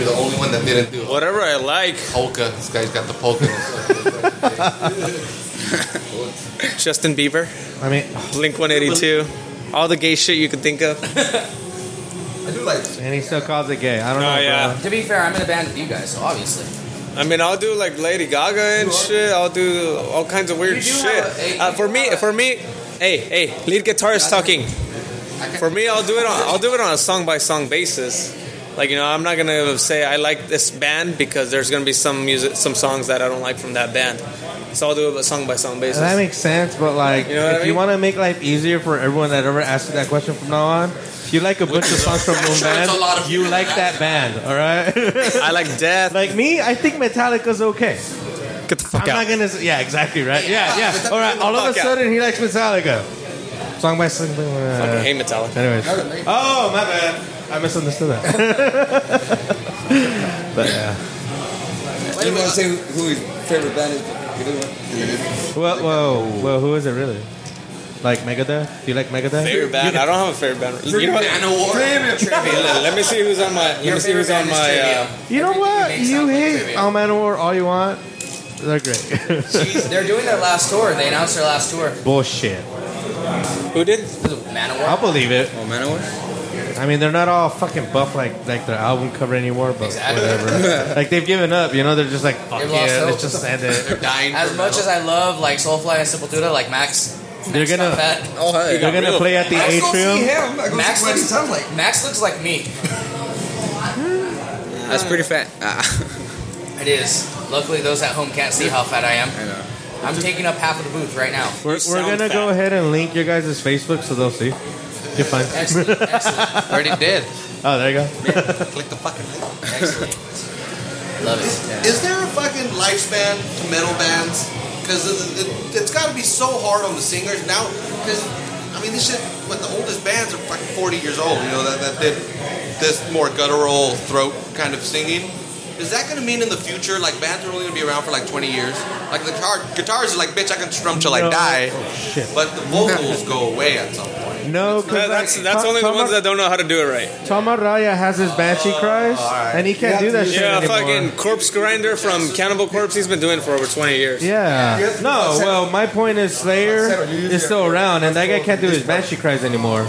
You're the only one that didn't do it. Whatever I like. polka. This guy's got the polka. Justin Bieber, I mean, Blink 182, all the gay shit you could think of. I do like and he still calls it gay. I don't Oh, know. yeah. To be fair, I'm in a band with you guys, so obviously. I mean, I'll do like Lady Gaga and shit. I'll do all kinds of weird You do shit. have a- uh, for me, for me, hey, hey, lead guitarist talking. For me, I'll do it on I'll do it on a song by song basis. Like you know, I'm not gonna say I like this band because there's gonna be some music, some songs that I don't like from that band. So I'll do it a song by song Bro. basis. That makes sense, but like, You know what if I you mean? want to make life easier for everyone that ever asks you that question from now on, if you like a bunch of songs from one sure it's a lot band, of you people like that that band, all right? I like (laughs) death. like me, I think Metallica's okay. Get the fuck I'm out. not gonna. say- Yeah, exactly. Right. Yeah, yeah. (laughs) All right. All of fuck a out. sudden, he likes Metallica. Song by song. Fucking hate Metallica. Anyways. Oh, my bad. I misunderstood that. (laughs) but yeah. I didn't want to say who who his favorite band is, but you know Well, whoa, whoa, who is it really? Like Megadeth? Do you like Megadeth? Favorite band? I don't have a favorite band. You know what? Let let me see who's on my. Let me see who's on my. Uh, You know what? Everything you You make sound like hate trivia. All Manowar all you want. They're great. (laughs) They're doing their last tour. They announced their last tour. Bullshit. who did? Was it Manowar? I'll believe it. Oh, Manowar? I mean, they're not all fucking buff like like their album cover anymore, but Exactly. (laughs) whatever. like they've given up. You know, they're just like fuck They've lost yeah, let's hope. just end it. They're dying. As for much as metal. I love like Soulfly and Sepultura, like Max, They're Max got gonna- fat. Oh, hey. They're gonna play at the I Go see atrium. him. I go see Max what he looks sounds like. Max looks like me. That's pretty fat. Ah. It is. Luckily, those at home can't see how fat I am. I know. I'm taking up half of the booth right now. We're, we're gonna go ahead and link your guys' Facebook so they'll see. You're fine. (laughs) Excellent, excellent, Already did. Oh, there you go. Click the fucking link. excellent. Love it. Is there a fucking lifespan to metal bands? Because it, it, it's got to be so hard on the singers now. Because I mean, this shit. What the oldest bands are fucking forty years old. You know that that did this more guttural throat kind of singing. Is that going to mean in the future, like bands are only going to be around for like twenty years? Like the guitar, guitars is like, bitch, I can strum till I No. Oh, die. Shit. But the (laughs) vocals go away at some point. No, because that's that's only the ones that don't know how to do it right. Toma Raya has his banshee cries, and he can't do that shit Yeah, anymore. fucking corpse grinder from Cannibal Corpse. He's been doing it for over 20 years. You Yeah. have to No, settle. well, my point is Slayer Settle. You use is still your- around, and that guy That's can't do cool. his banshee cries anymore.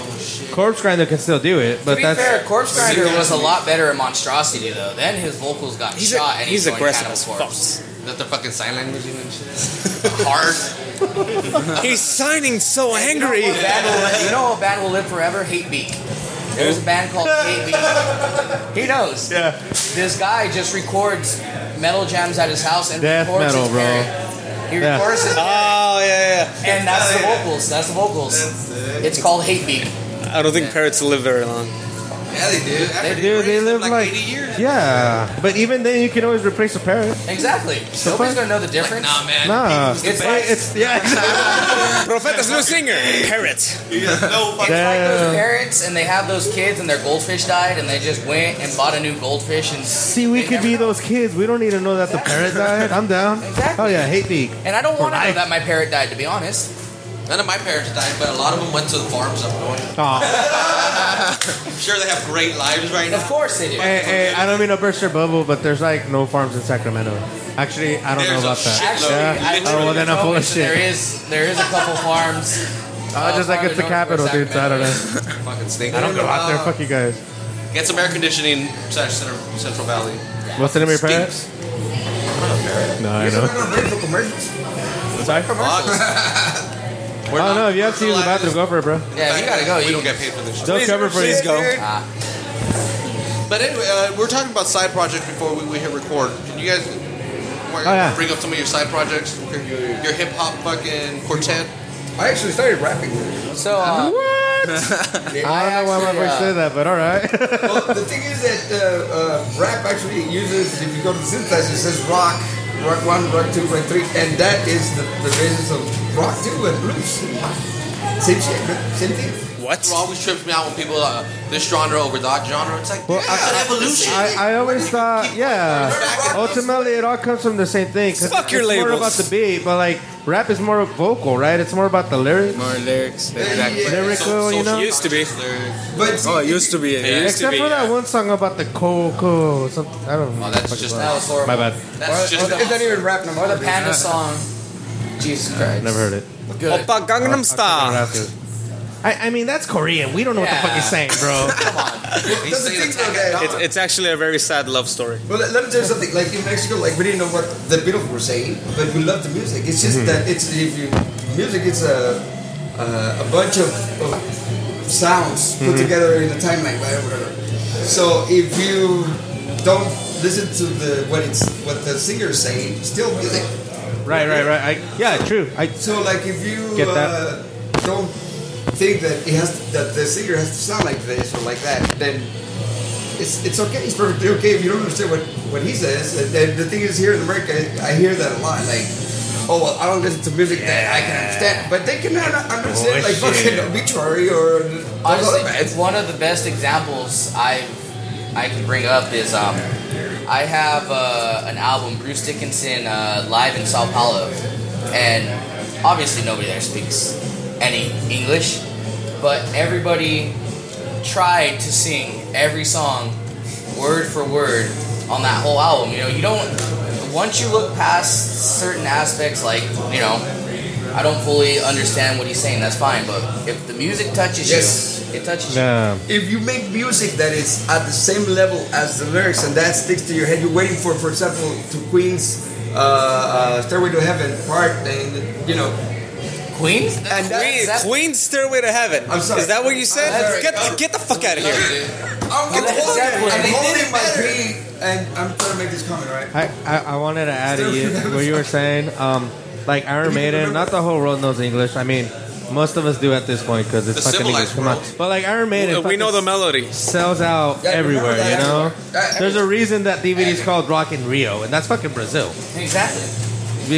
Corpse Grinder can still do it, To but be fair, that's Corpse Grinder was a lot better at Monstrosity though. Then his vocals got He's, a- shot, and he's he's, going aggressive Cannibal as Corpse. fuck. Is that their fucking sign language and shit? Hard. He's signing so angry. You know, what band will, you know what band will live forever? Hate Beak. There's a band called Hate Beak. He knows. Yeah. This guy just records metal jams at his house and Death records metal, his bro. parent. He Yeah. records his Oh yeah, and that's the vocals. That's the vocals. It's called Hate Beak. yeah. I don't think parrots live very long. Yeah, they do. After They do. They raised them live like- 80 years. yeah. But even then, you can always replace a parrot. Exactly. Nobody's gonna know the Like, difference. nah, man. Nah, the it's best. like it's yeah. Profeta's new singer, parrot. (laughs) No fucking. It's like those Damn. parents and they have those kids and their goldfish died and they just went and bought a new goldfish and See, we they could never be know. those kids. We don't need to know that the parrot died. I'm down. Exactly. Oh yeah, hate beak. And I don't want to know life. that my parrot died to be honest. None of my parents died, but a lot of them went to the farms up north. (laughs) Oh, I'm sure they have great lives right Of now. course they do. hey, hey, I don't mean to burst your bubble, but there's like no farms in Sacramento. Actually, I don't know There's a about that. Actually, Yeah. I Oh, well, then I'm full of so There shit. is there is a couple farms. Oh, just like it's the capital, dude. So I don't know. Fucking stink. I don't go out there. Fuck you guys. Uh, Get some air conditioning. Slash Center, Central Valley. What's the name of your parrot? Stinks. No, I We're know. gonna break for commercials. Sorry. (laughs) Bottles. I don't know. Oh, If you have to use the bathroom, go for it, bro. Yeah, you gotta go. We You don't get paid for this. shit. They'll cover for you. But anyway, uh, we we're talking about side projects before we, we hit record. Can you guys Oh, yeah. bring up some of your side projects? Your, your hip hop fucking quartet. I actually started rapping. So uh, I don't know why my actually, voice uh, said that, but all right. well, the thing is that uh, uh, rap actually uses, if you go to the synthesizer, it says rock, rock one, rock two, rock three, and that is the, the basis of rock two and blues. Same shit, same thing. It always trips me out when people uh, this genre over that genre. It's like Well, yeah, I- it's an (laughs) evolution. I, I always thought, yeah. Ultimately, it all comes from the same thing. 'cause Fuck your it's more labels. about the beat, but like rap is more vocal, right? It's more about the lyrics. More lyrics. Exactly. Lyrical, you know. Used to be. But Oh, it used to be. It Yeah. used to Except be. for that yeah. one song about the coco, something. I don't know. Oh, that's Fuck just- it. that was horrible. my bad. That's just it's not even rap no more. Or the (laughs) panda song. Jesus Christ. Never heard it. Good. Oppa Gangnam Style. I, I mean, that's Korean. We don't know what the fuck Yeah. he's saying, bro. he's That's the saying thing, though, attack that- on It's, it's actually a very sad love story. Well, let, let me tell you something. Like in Mexico, like we didn't know what the Beatles were saying, but we love the music. It's just that it's if you music, it's a uh, a bunch of, of sounds put together in a timeline, whatever, whatever. So if you don't listen to the what it's what the singer's saying, it's still music. right, right, right. I, yeah, true. I So like if you Get that. uh, don't think that it has that the singer has to sound like this or like that, then it's it's okay. It's perfectly okay if you don't understand what what he says. And, then the thing is, here in America, I hear that a lot. Like. Oh well, I don't listen to music that I can understand, but they cannot understand like fucking obituary or those Honestly, other bands. one of the best examples I I can bring up is um I have uh, an album Bruce Dickinson uh, live in Sao Paulo, and obviously nobody there speaks any English, but everybody tried to sing every song word for word on that whole album. You know, you don't once you look past certain aspects, like you know, I don't fully understand what he's saying. That's fine, but if the music touches Yes. you, it touches you. yeah. if you make music that is at the same level as the lyrics and that sticks to your head, you're waiting for, for example, to Queen's uh, uh, "Stairway to Heaven" part, and you know, Queen? and Queen, that, Queen's Stairway to Heaven. I'm sorry. Is that what you said? I'm sorry. Get, get the fuck out of here. it. I'm, I'm That's holding, exactly- I'm and they did holding it my better. pee and I'm trying to make this comment, right? I, I, I wanted to add to you what you were saying. Um, like Iron Maiden, not the whole world knows English. I mean, most of us do at this point because it's The fucking English. civilized Come on, world. but like Iron Maiden, we know the fucking melody. sells out Yeah, I remember everywhere. that. You know, That- there's a reason that DVD is called Rock in Rio, and that's fucking Brazil. Exactly.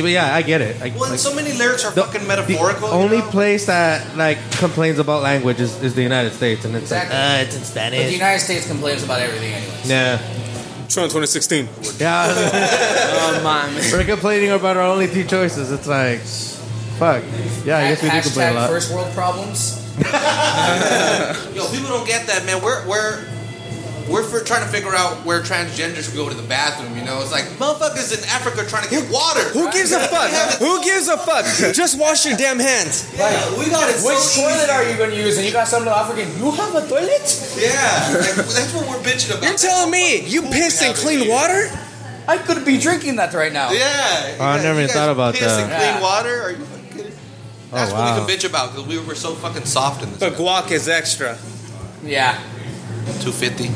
But yeah, I get it. I, Well, like, and so many lyrics are the- fucking the metaphorical. you only know? place that like complains about language is, is the United States, and it's Exactly. like uh, it's in But the Spanish. United States complains about everything anyway. Yeah, Tron 2016. yeah. (laughs) Oh, man. We're complaining about our only two choices. It's like, fuck. Yeah, I guess we do complain a Hashtag lot. first world problems. Yo, people don't get that, man. We're we're we're for trying to figure out where transgenders go to the bathroom. You know, it's like motherfuckers in Africa trying to get water. Who gives a fuck? Who gives a fuck? Just wash your damn hands. Yeah, we got it. Which so toilet easy. are you going to use? And you got some little African. You have a toilet? Yeah, like, that's what we're bitching about. You're telling me you pissed in clean water? I could be drinking that right now. Yeah. Oh, I You guys- never you even guys thought about piss that. Oh, and Yeah. clean water? Are you fucking kidding? That's wow. what we can bitch about because we were so fucking soft in this. But country. guac is extra. Yeah. 250.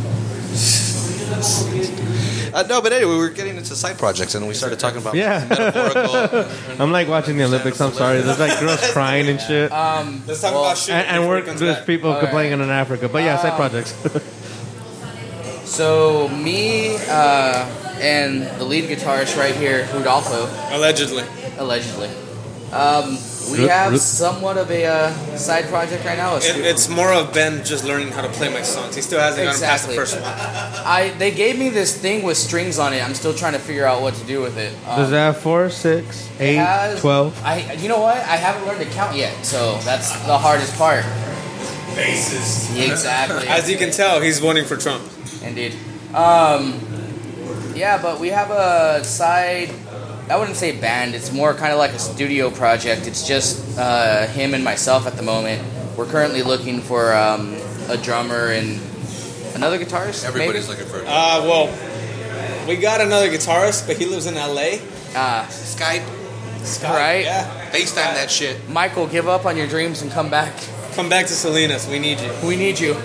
Uh, no, but anyway, we were getting into side projects and we started talking about Yeah. (laughs) metaphorical. I'm like watching the Olympics. I'm sorry. There's like (laughs) girls crying and shit, and, Um, Let's talk Well, about shit. and before we're it comes there's back. people All complaining in Africa. But yeah, side Um, projects. (laughs) so me uh, and the lead guitarist right here, Rudolfo, Allegedly. allegedly. Um, we Rup, have rup. somewhat of a uh, side project right now. A It, stu- it's more of Ben just learning how to play my songs. He still hasn't gotten past the Exactly. first one. I they gave me this thing with strings on it. I'm still trying to figure out what to do with it. Um, Does that have uh, four, six, it eight, has- twelve? I you know what? I haven't learned to count yet, so that's the hardest part. Bassist. (laughs) Exactly. As you can tell, he's voting for Trump. Indeed. Um, yeah, but we have a side. I wouldn't say band. It's more kind of like a studio project. It's just uh, him and myself at the moment. We're currently looking for um, a drummer and another guitarist. Everybody's looking for it. Uh, well, we got another guitarist, but he lives in LA. like, uh, Skype, Scott, Right. Yeah. FaceTime that shit. Michael, give up on your dreams and come back. (laughs) Come back to Salinas. We need you. We need you.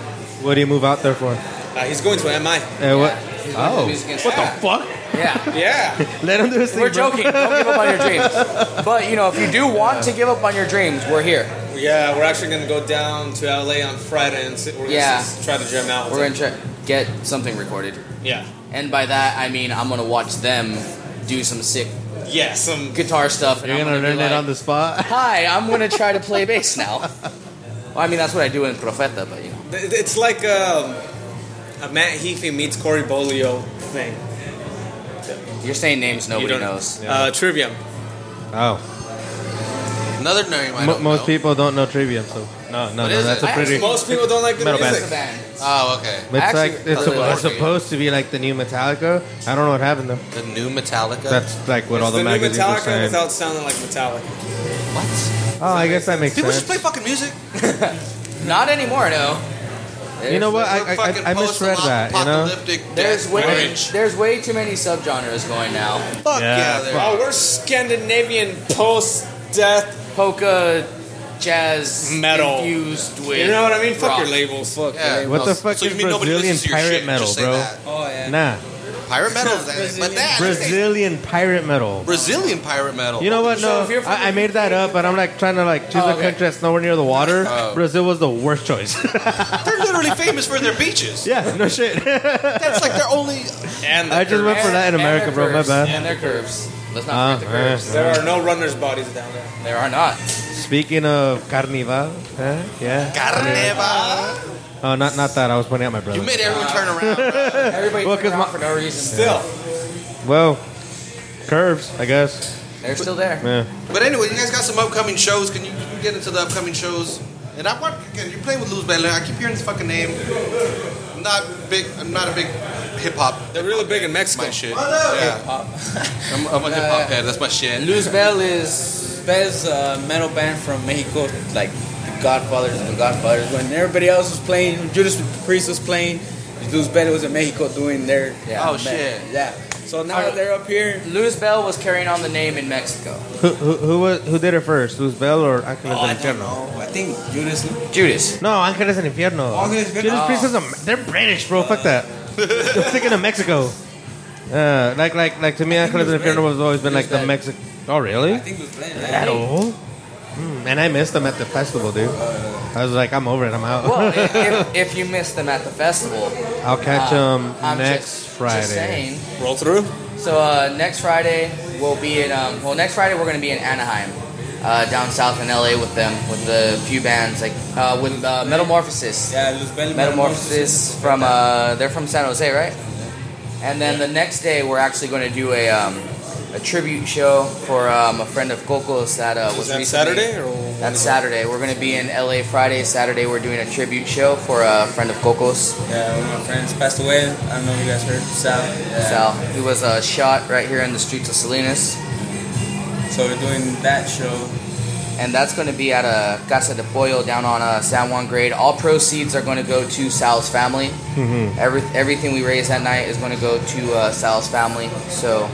What do you move out there for? Uh, he's going to MI. Eh, what? Oh, what fuck? the? Yeah. Yeah. Let him do his thing. We're bro. joking. Don't give up on your dreams. But you know, if you do want to give up on your dreams, we're here. yeah, we're actually going to go down to LA on Friday and sit, we're Yeah. going to try to jam out. with We're him. gonna try get something recorded. Yeah. And by that, I mean I'm gonna watch them do some sick Yeah, some. guitar stuff. (laughs) And You're I'm gonna be learn it like, on the spot. Hi, I'm gonna try to play bass now. (laughs) well, I mean that's what I do in Profeta, but you know. It's like um, a Matt Heafy meets Corey Bolio thing. You're saying names You nobody don't- knows. Uh, Trivium. Oh, Another name I Mo don't most know. people don't know Trivium, so no, no, What no. is That's it? a pretty. It's Most people don't like the Metal band. music. It's a band. Oh, actually okay. like really it's suppo- like it's it. supposed to be like the new Metallica. I don't know what happened though. The new Metallica. That's like what all It's the, the new magazines are Metallica saying. without sounding like Metallica. what? Oh, I guess that makes People sense. just play fucking music. Not anymore, no. You know what? I, We're I, fucking I, I misread that. You know, post-apocalyptic death There's way marriage. there's way too many subgenres going now. Fuck Yeah, yeah, fuck. there. Oh, we're Scandinavian post death. Polka, jazz, Metal. infused with You know what I mean? Fuck rock. your labels. Fuck. Yeah. what the fuck So is you mean nobody Brazilian listens to your pirate shit, metal, just say bro? that. Oh yeah. (laughs) Nah, Pirate metal, is that- but that Brazilian pirate metal. Brazilian pirate metal. You know what? So No, if you're from I, I made that up, but I'm like trying to like choose Oh, a okay. country that's nowhere near the water. Oh. Brazil was the worst choice. (laughs) they're literally famous for their beaches. yeah, no shit. (laughs) That's like their only. And I just went for that in And- and America, their bro. My curves. bad. And their curves. Let's not Uh, forget the uh, curves. there are no runners' bodies down there. There are not. speaking of carnival, huh? yeah. Carnaval. Oh, not not that. I was pointing at my You brother. made everyone turn around. Everybody Well, well, 'cause my- for no reason. Still, Well, curves, I guess. They're (laughs) still there. Yeah. But anyway, you guys got some upcoming shows. Can you, can you get into the upcoming shows? And I want again. You play with Luz Bella. I keep hearing his fucking name. I'm not big. I'm not a big hip hop. they're really big in Mexico. My shit. Yeah, I'm, I'm a hip hop head. That's my shit. Luz Bell is Bell's uh, metal band from Mexico, like the Godfathers of the Godfathers. When everybody else was playing, Judas Priest was playing, Luz Bell was in Mexico doing their Yeah. Oh, me- shit. yeah. So now that they're up here, Luz Bell was carrying on the name in Mexico. Who who who, was, who did it first? Who's Bell or Ángeles oh, del I Infierno? don't know. I think Judas. Judas. No, Ángeles del Infierno. Ángeles del- Judas Oh. Priest is a, they're British, bro. Fuck that. I'm thinking of Mexico. Uh, like, like, like to me, I could have been a funeral has always been like the Mexican. Oh, really? I think it was playing. At all? Mm, and I missed them at the festival, dude. I was like, I'm over it. I'm out. Well, i- if, if you miss them at the festival, (laughs) I'll catch uh, them I'm next just, Friday. Just saying. Roll through. So uh, next Friday we'll be in. Um, well, next Friday we're gonna be in Anaheim, uh, down south in LA with them, with the few bands like uh, with uh, Metamorphosis. Yeah, Luz Belli. Metamorphosis from uh, they're from San Jose, right? And then the next day we're actually going to do a um, a tribute show for um, a friend of Coco's that uh, Is was that recently- Saturday or? That's Saturday. We're going to be in LA Friday. Saturday we're doing a tribute show for a friend of Coco's, Yeah, one of my friends passed away. I don't know if you guys heard. Sal. Yeah. Sal. He was uh, shot right here in the streets of Salinas, So we're doing that show. and that's going to be at a Casa de Pollo down on uh, San Juan Grade. All proceeds are going to go to Sal's family. Mm-hmm. Every, everything we raise that night is going to go to uh, Sal's family. So.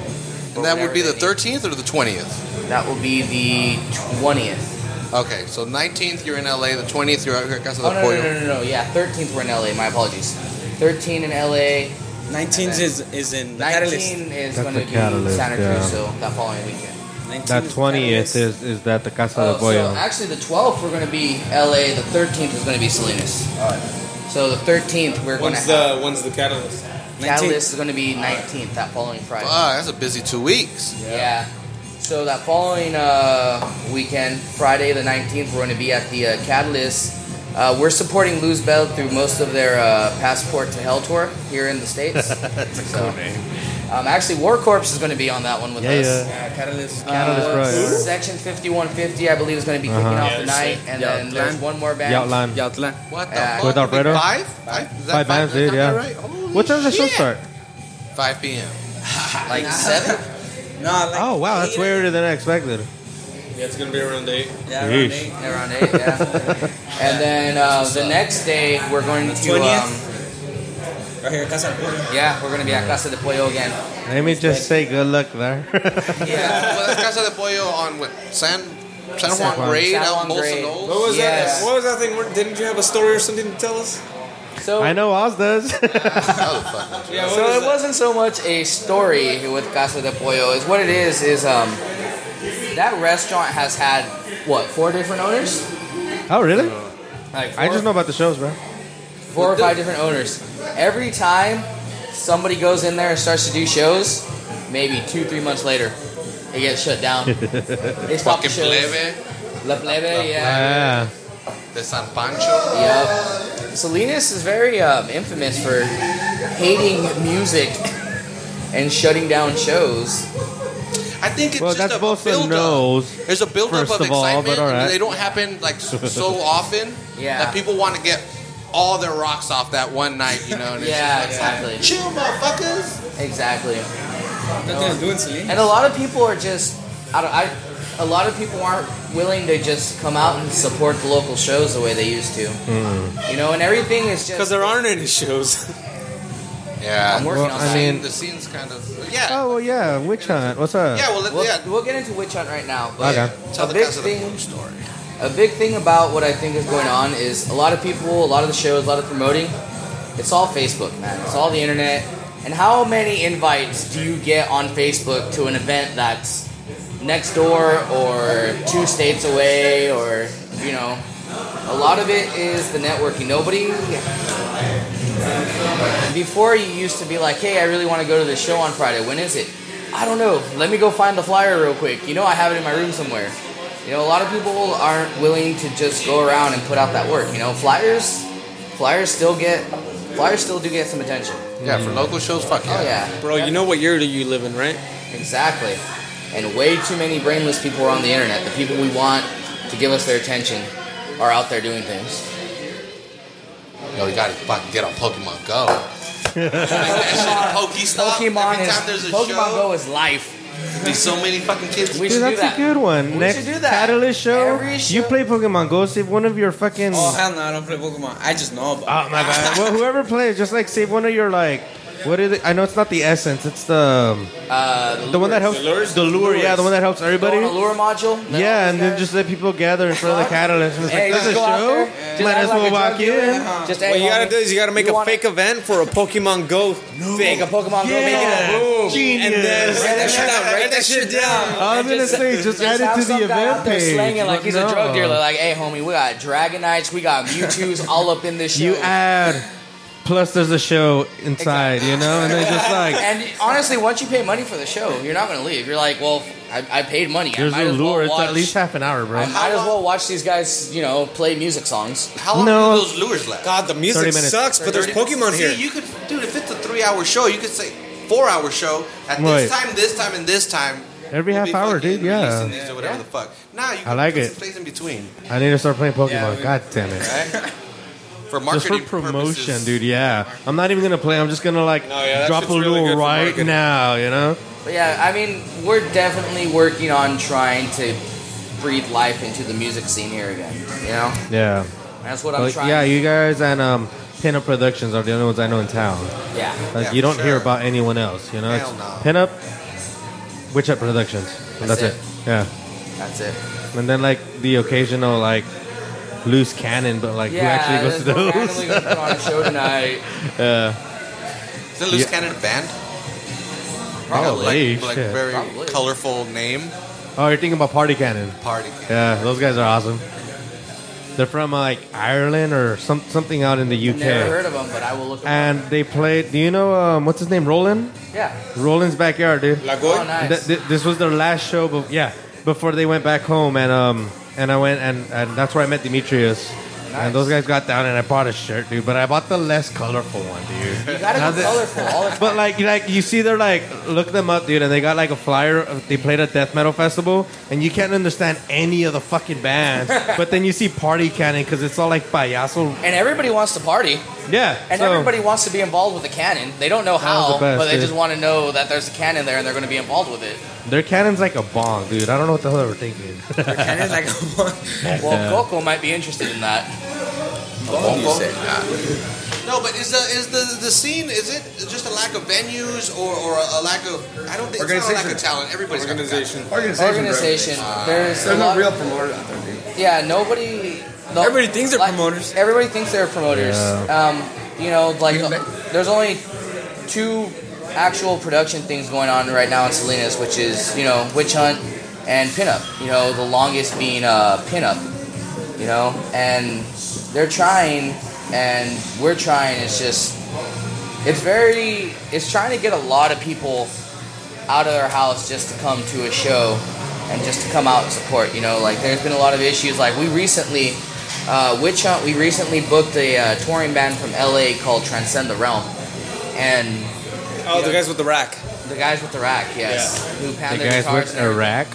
And that would be the third. 13th or the 20th? That will be the 20th. Okay, so 19th you're in LA, the 20th you're out here at Casa Oh, no, del no, Pollo. no, no, no. Yeah, 13th we're in LA. My apologies. 13 in LA. 19 is is in the Catalyst. 19 is That's going the to be Catalyst, Santa yeah. Cruz, so that following weekend. (laughs) 19 That is 20th Catalyst. is, is that the Casa Oh, de Pollo. so actually, the 12th we're going to be LA. The 13th is going to be Salinas. So the 13th we're going to When's have. the When's the catalyst? 19th. Catalyst is going to be 19th. That following Friday. Ah, that's a busy two weeks. Yeah. So that following uh, weekend, Friday the 19th, we're going to be at the uh, Catalyst. Uh, we're supporting Luz Bell through most of their uh, Passport to Hell tour here in the States. (laughs) That's a cool name. Um, actually, War Corpse is going to be on that one with Yeah, us. yeah. Yeah, Catalyst. Catalyst Uh, Road. Section 5150, I believe, is going to be kicking Uh-huh. off the night. And Yeah, then there's Outland. one more band. Yautland. Yautla. What the Yeah. fuck? With Alfredo? Five? Five, is that Five bands, dude, Is that yeah. Right? Holy What time does the show shit. start? 5 p.m. Like (laughs) seven? No, like Oh, wow, that's eight. weirder than I expected. Yeah, it's gonna be around eight. Yeah, around Yeesh. eight. Around (laughs) eight, yeah. and then uh, the next day, we're going The to. Um, 20th? Right here, Casa del Pueblo. yeah, we're going to be at Casa de Pollo again. Let me just say good luck there. Yeah. well, that's Casa del Pollo on what? San, San San Juan Juan. Grade, San out Juan in Bolsa Grade. Knolls? What was Yes. that? What was that thing? Where- Didn't you have a story or something to tell us? So I know Oz does. How the Oh, fuck was it? Yeah. So it wasn't so much a story with Casa de Pollo. Is what it is is um that restaurant has had what four different owners? (laughs) oh, really? Like four, I just know about the shows, bro. four or five different owners. Every time somebody goes in there and starts to do shows, maybe two three months later, it gets (laughs) shut down. they stop the Fucking shows. plebe La plebe, yeah. Ah, Yeah. de San Pancho. Yep. Salinas is very um, infamous for hating music and shutting down shows. I think it's Well, just that's a both a build-up. nose. There's a buildup First of of all, excitement. but all right. and They don't happen (laughs) like s- so often Yeah. that people want to get all their rocks off that one night, you know? And it's Yeah, just like, exactly. Chill, motherfuckers. Exactly. Nothing to do in Celine. And a lot of people are just, I don't, I, a lot of people aren't willing to just come out and support the local shows the way they used to. Hmm. You know, and everything is just. Because there aren't any shows. I'm Yeah. working Well, on I that. mean- the scene's kind of yeah. Oh, well, yeah. Witch Hunt. What's up? Yeah, well, let, We'll, yeah. we'll get into Witch Hunt right now. But Okay. Tell A the big guys of thing- the blue story. a big thing about what I think is going on is a lot of people, a lot of the shows, a lot of promoting, it's all Facebook, man. It's all the internet. And how many invites do you get on Facebook to an event that's next door or two states away or, you know, a lot of it is the networking. Nobody. Before you used to be like, hey, I really want to go to this show on Friday. When is it? I don't know. Let me go find the flyer real quick. You know, I have it in my room somewhere. You know, a lot of people aren't willing to just go around and put out that work. You know, flyers, flyers still get, flyers still do get some attention. Yeah, for hmm. local shows, fuck yeah. Oh yeah, Bro, you know what year do you live in, right? exactly. And way too many brainless people are on the internet. The people we want to give us their attention are out there doing things. Yo, you gotta fucking get on Pokemon (laughs) Go. that shit Pokestop. Pokemon Every is time there's a Pokemon show, Go is life. there's so many fucking kids. We Dude, should do that's that. a good one. We Next should do that. Catalyst show, Every show- you play Pokemon Go. Save one of your fucking. Oh Oh, hell no, I don't play Pokemon. I just know about. my bad. well, whoever plays, just like save one of your like What is it? I know it's not the essence. It's the um, Uh, the one that helps the lure. yeah, the one that helps everybody. The lure module. Yeah, and then just let people gather in front of the catalyst. And it's Hey, like, just there's a go out show. there. Just Might act as like a well drug walk dealer. in. Just What you gotta do is you gotta make a You wanna- fake event for a Pokemon Go make thing. a Pokemon Go. Make it a boom. Oh, Genius. And then write that shit down. Write that shit down. All I'm gonna say, just add have it to some the guy event out there page. slanging like But he's no. a drug dealer. Like, hey, homie, we got Dragonites, we got Mewtwo's all up in this show. You add, plus there's a show inside, you know, and then just like and honestly, once you pay money for the show, you're not gonna leave. You're like, well, I, I paid money. there's I might a as lure. Well it's watch, at least half an hour, bro. I might as well watch these guys, you know, play music songs. How long No. do those lures last? God, the 30 music minutes. sucks, but there's Pokemon See, here. you could, dude. If it's a three-hour show, you could say four-hour show at Right. this time, this time, and this time. Every We'll half be hour, fucking dude. Yeah, releasing these or whatever the fuck. Nah, you I can like put it. some Place in between I need to start playing Pokemon. Yeah, we- God damn it. for Just marketing for promotion, purposes. dude. Yeah, I'm not even gonna play. I'm just gonna like No, yeah, that drop a shit's really lure good for right marketing. now. You know, But yeah, I mean, we're definitely working on trying to breathe life into the music scene here again. You know, yeah, that's what I'm Like, trying. yeah. You guys and um, Pinup Productions are the only ones I know in town. yeah. Like Yeah, you for don't hear sure. about anyone else. You know, Hell it's Pinup, Witch Up Productions. And That's that's it. Yeah, That's it. and then like the occasional like loose cannon, but like Yeah, who actually goes to we're those? randomly (laughs) gonna put on a show tonight. Is it Loose Yeah. Cannon a band? Probably, Like, like shit. very Probably. colorful name. Oh, you're thinking about Party Cannon. Party. Cannon. Yeah, those guys are awesome. They're from uh, like Ireland or some something out in the UK. Never heard of them, but I will look. 'em and they played. Do you know um, what's his name? Roland. up. Yeah. Roland's backyard, dude. Oh, Lagoy? nice. Th- th- this was their last show, but yeah, before they went back home, and um, and I went and, and that's where I met Demetrius. Nice. And those guys got down, and I bought a shirt, dude. But I bought the less colorful one, dude. (laughs) you gotta Now go that- colorful all the time. But like, like you see, they're like, look them up, dude, and they got like a flyer. of- They played at death metal festival, and you can't understand any of the fucking bands. (laughs) but then you see Party Cannon because it's all like payaso. And everybody wants to party, Yeah, and so- everybody wants to be involved with the cannon. They don't know was how, the best, but they dude. just want to know that there's a cannon there, and they're going to be involved with it. Their cannon's like a bong, dude. I don't know what the hell they were thinking. (laughs) Cannon's (laughs) like (laughs) a one. Well, Coco might be interested in that. you said. No, but is the is the the scene? Is it just a lack of venues or, or a, a lack of? I don't think it's not a lack Organization. of talent. Everybody's got talent. Organization. Organization. bro. Organization. There's a There's no lot- real promoter out there, dude. Yeah, nobody. no- Everybody thinks they're promoters. Everybody thinks they're promoters. Um, you know, like You can uh, there's only two actual production things going on right now in Salinas, which is you know Witch Hunt and Pinup. You know, the longest being uh, Pinup. You know, and they're trying, and we're trying. It's just, it's very, it's trying to get a lot of people out of their house just to come to a show and just to come out and support. You know, like there's been a lot of issues. Like we recently, uh, Witch Hunt, we recently booked a uh, touring band from LA called Transcend the Realm, and Oh, the guys with the rack. the guys with the rack, yes, who the pound their guys guitars. went and everything. Iraq.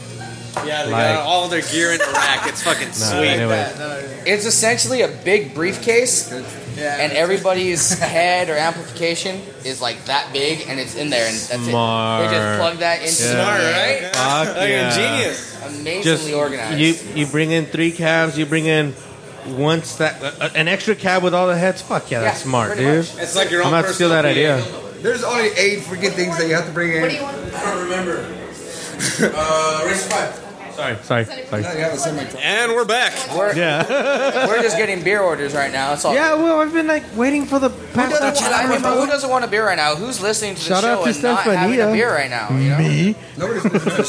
Yeah, they Like- got all their gear in a rack. It's fucking No, sweet. anyway, It's essentially a big briefcase, Yeah. and everybody's (laughs) head or amplification is like that big, and it's in there, and that's it. They just Smart. plug that into Smart, the right? Fuck like yeah. ingenious. Amazingly just organized. you you bring in three cabs. You bring in one stack, uh, an extra cab with all the heads. Fuck yeah, that's Yeah, smart, pretty dude. much. It's like your I'm own about to steal personal that PA. idea. There's only eight freaking things that you have to bring in. What do you want? I don't remember. uh, race five. Sorry, sorry, sorry. No, you have a semi-truck. And we're back. We're, Yeah, (laughs) we're just getting beer orders right now. It's all yeah. Well, I've been like waiting for the past. Who doesn't, I mean, but who doesn't want a beer right now? Who's listening to the Shout out show to and not having a Stefania. beer right now? You (laughs) know? Me? Nobody's listening to the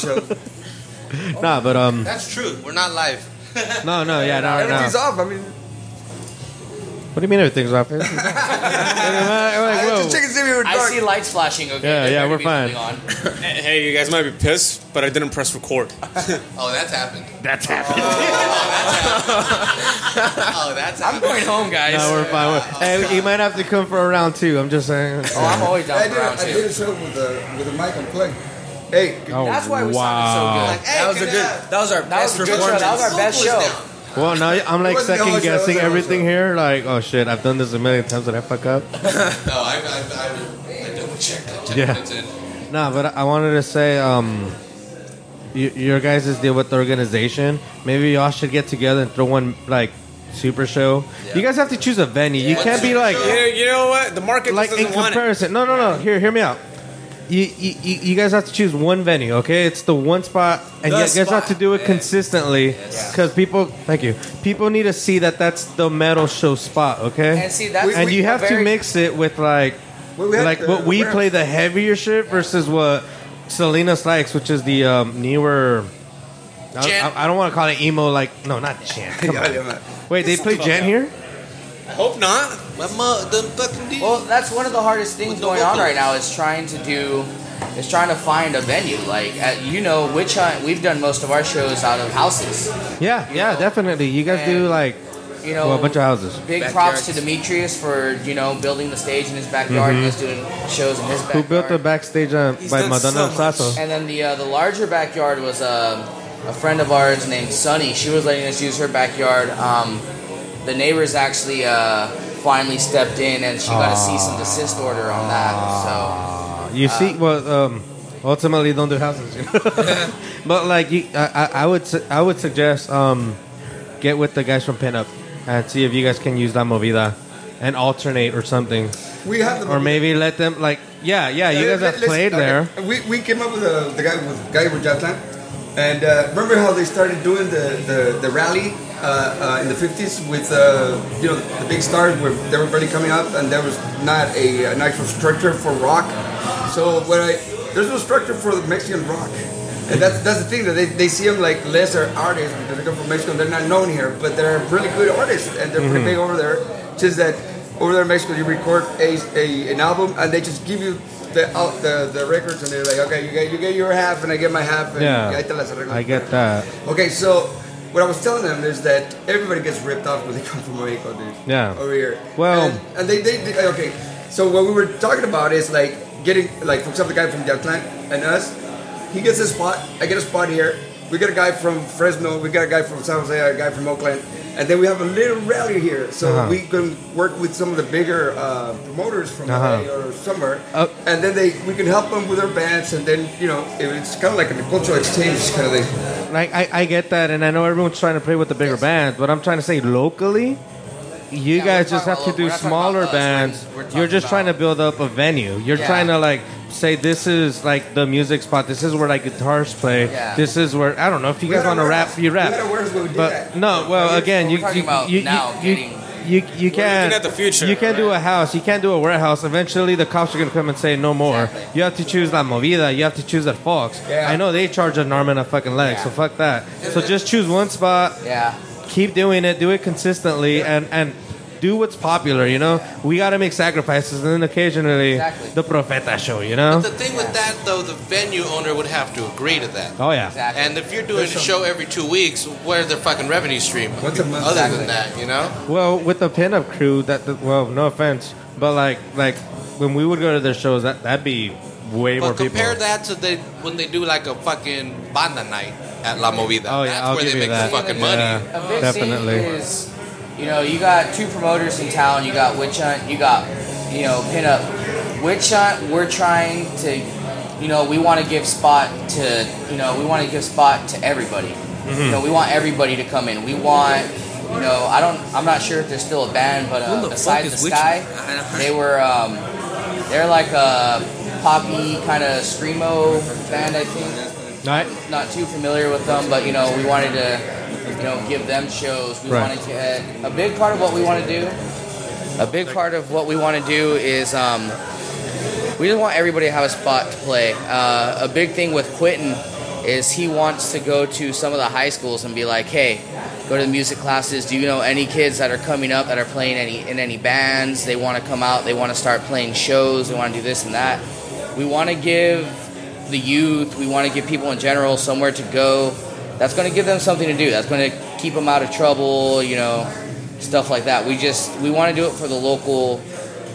show. Nah, but um, That's true. We're not live. no, no, yeah, not right now. Everything's off. I mean, What do you mean everything's off? Everything's (laughs) off. I'm like, I had whoa. to check and see if we were I dark. see lights flashing. Okay, Yeah, yeah, there better we're be fine. something On. Hey, you guys might be pissed, but I didn't press record. Oh, that's happened. That's happening. Oh, that's I'm happened. going home, guys. No, we're fine. We're- Hey, you might have to come for a round two. I'm just saying. (laughs) oh, I'm always down I for did, round I two. did a show with a with a mic and play. Hey, Oh, That's why we wow. sounded so That was a good. That was our That was a best good show. performance. That was our best show. Well, now I'm like What's the second other show? What's guessing the other everything show? here. Like, oh shit, I've done this a million times. Did I fuck up? No, I, I, I, I double checked that. Ten Yeah. minutes in. Nah, but I wanted to say, um, y- your guys' deal with the organization. Maybe y'all should get together and throw one like Super Show. You guys have to choose a venue. You can't be like You know, you know what? The market like just in doesn't want it. comparison. No, no, no. Here, hear me out. You, you, you you guys have to choose one venue, okay? It's the one spot, and The you guys spot. have to do it consistently because people, thank you, people need to see that that's the metal show spot, okay? And see, that's- and we- you we- have very- to mix it with like, Well, we had, like uh, what we where- play the heavier shit versus what Salinas likes, which is the um, newer. I, Gent. I- I don't want to call it emo, like no, not Jan. Come Yeah, on. yeah, man. Wait, they play Jan here? I hope not. My mom, the fucking D. Well, that's one of the hardest things With the going on vocals. right now is trying to do is trying to find a venue. Like at, you know, Witch Hunt, we've done most of our shows out of houses. Yeah, You yeah, know, definitely. You guys do and, like You know, well, a bunch of houses. big Backyards. props to Demetrius for you know building the stage in his backyard and us doing shows in his backyard. Mm-hmm. Who built the backstage uh, He's by done Madonna so of Sasso? And then the uh, the larger backyard was um, a friend of ours named Sunny. She was letting us use her backyard. Um, the neighbors actually uh, finally stepped in, and she got a cease and desist order on that. So You see, Uh, well, um, ultimately, don't do houses. you (laughs) know? (laughs) but like, you, I, I I would, su- I would suggest um, get with the guys from Pinup and see if you guys can use La Movida and alternate or something, We have the or maybe let them like, yeah, yeah, you guys Uh, have listen, played okay. there. We, we came up with a, the guy with guy with Jatlan, and uh, remember how they started doing the the, the rally uh, uh, in the fifties with uh, you know the big stars where they were barely coming up, and there was not a an actual structure for rock. So when I there's no structure for the Mexican rock. And that's, that's the thing that they, they see them like lesser artists because they come from Mexico. They're not known here, but they're really good artists and they're Mm-hmm. pretty big over there. Just that over there in Mexico, you record a, a an album and they just give you the out the, the records and they're like, okay, you get you get your half and I get my half. And Yeah, ahí te las arreglo." I get that. Okay, so what I was telling them is that everybody gets ripped off when they (laughs) come from Mexico, dude. Yeah. Over here. Well- and, and they, they, they- okay. So what we were talking about is like getting like for example the guy from Yatlan and us, he gets a spot. I get a spot here. We got a guy from Fresno. We got a guy from San Jose. A guy from Oakland. And then we have a little rally here, so Uh-huh. we can work with some of the bigger uh, promoters from Uh-huh. LA or somewhere, Uh, and then they we can help them with their bands, and then you know it- it's kind of like a cultural exchange kind of thing. Like I, I get that, and I know everyone's trying to play with the bigger bands, but I'm trying to say locally, you Yeah, guys we're just talking have to about lo- do we're not talking about smaller us, we're- bands. we're talking You're just about- trying to build up a venue. You're Yeah. trying to like say this is like the music spot. This is where like guitars play. Yeah. This is where I don't know if you We guys gotta want to wear- rap, you we rap. gotta wear us when we do that. But no, well again, we're you talking you about you now you- getting- you you can't looking at the future, You can't do right? a house. You can't do a warehouse. Eventually, the cops are gonna come and say no more. You have to choose la movida. You have to choose at Fox. Yeah. I know they charge an arm and a fucking leg, so fuck that. So just choose one spot yeah, keep doing it do it consistently and and do what's popular you know we got to make sacrifices and then occasionally Exactly. the profeta show you know The thing with that, though, the venue owner would have to agree to that. oh yeah exactly. And if you're doing a show every two weeks, where's their fucking revenue stream? What's a month Other salary? than that, you know? well with the pinup crew that that- well no offense but like like when we would go to their shows that that'd be way more But compare people that to the, when they do like a fucking banda night at La Movida. oh yeah That's i'll where give they you make that the fucking Yeah, money. a big definitely scene is, you know, you got two promoters in town. You got Witch Hunt. You got, you know, Pinup. Witch Hunt. We're trying to, you know, we want to give spot to, you know, we want to give spot to everybody. Mm-hmm. You know, we want everybody to come in. We want, you know, I don't, I'm not sure if there's still a band, but Who uh, the Beside fuck the is Witch Sky, Hunt? they were, um, they're like a poppy kind of screamo band, I think all right not too familiar with them, but you know, we wanted to, you know, give them shows. We Right. wanted to. Uh, a big part of what we want to do. A big part of what we want to do is um, we just want everybody to have a spot to play. Uh, a big thing with Quentin is he wants to go to some of the high schools and be like, hey, go to the music classes. Do you know any kids that are coming up that are playing any in any bands? They want to come out. They want to start playing shows. They want to do this and that. We want to give the youth. We want to give people in general somewhere to go. That's going to give them something to do. That's going to keep them out of trouble. You know, stuff like that. We just we want to do it for the local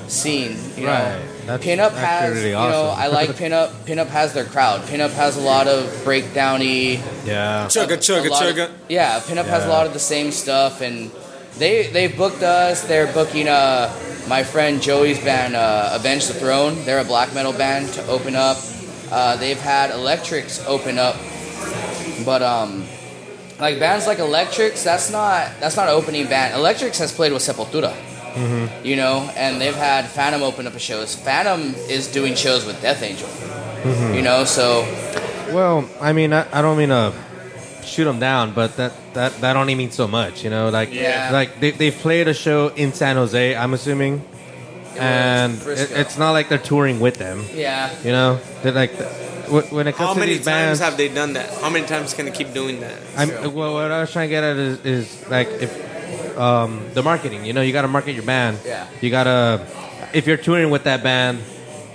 scene. You Right. Know? That's Pinup actually has really you know awesome. (laughs) I like Pinup. Pinup has their crowd. Pinup has a lot of breakdowny. yeah Chugga, chugga, a lot of- chugga. yeah, Pinup has a Yeah. lot of the same stuff, and they they've booked us. They're booking uh my friend Joey's band, uh, Avenge the Throne. They're a black metal band to open up. Uh, they've had Electrics open up, but um, Like bands like Electrics, that's not that's not an opening band. Electrics has played with Sepultura, you know, and they've had Phantom open up a shows. Phantom is doing shows with Death Angel, you know. So Well, I mean, I, I don't mean to shoot them down, but that, that, that only means so much, you know. Like, Yeah. like they they've played a show in San Jose, I'm assuming, and it, Frisco. it's not like they're touring with them, yeah, you know. They're like, wh- when it comes How to many these times bands, have they done that? How many times can they keep doing that? I'm, well, what I was trying to get at is, is like if um, the marketing. You know, you got to market your band. Yeah. You gotta if you're touring with that band,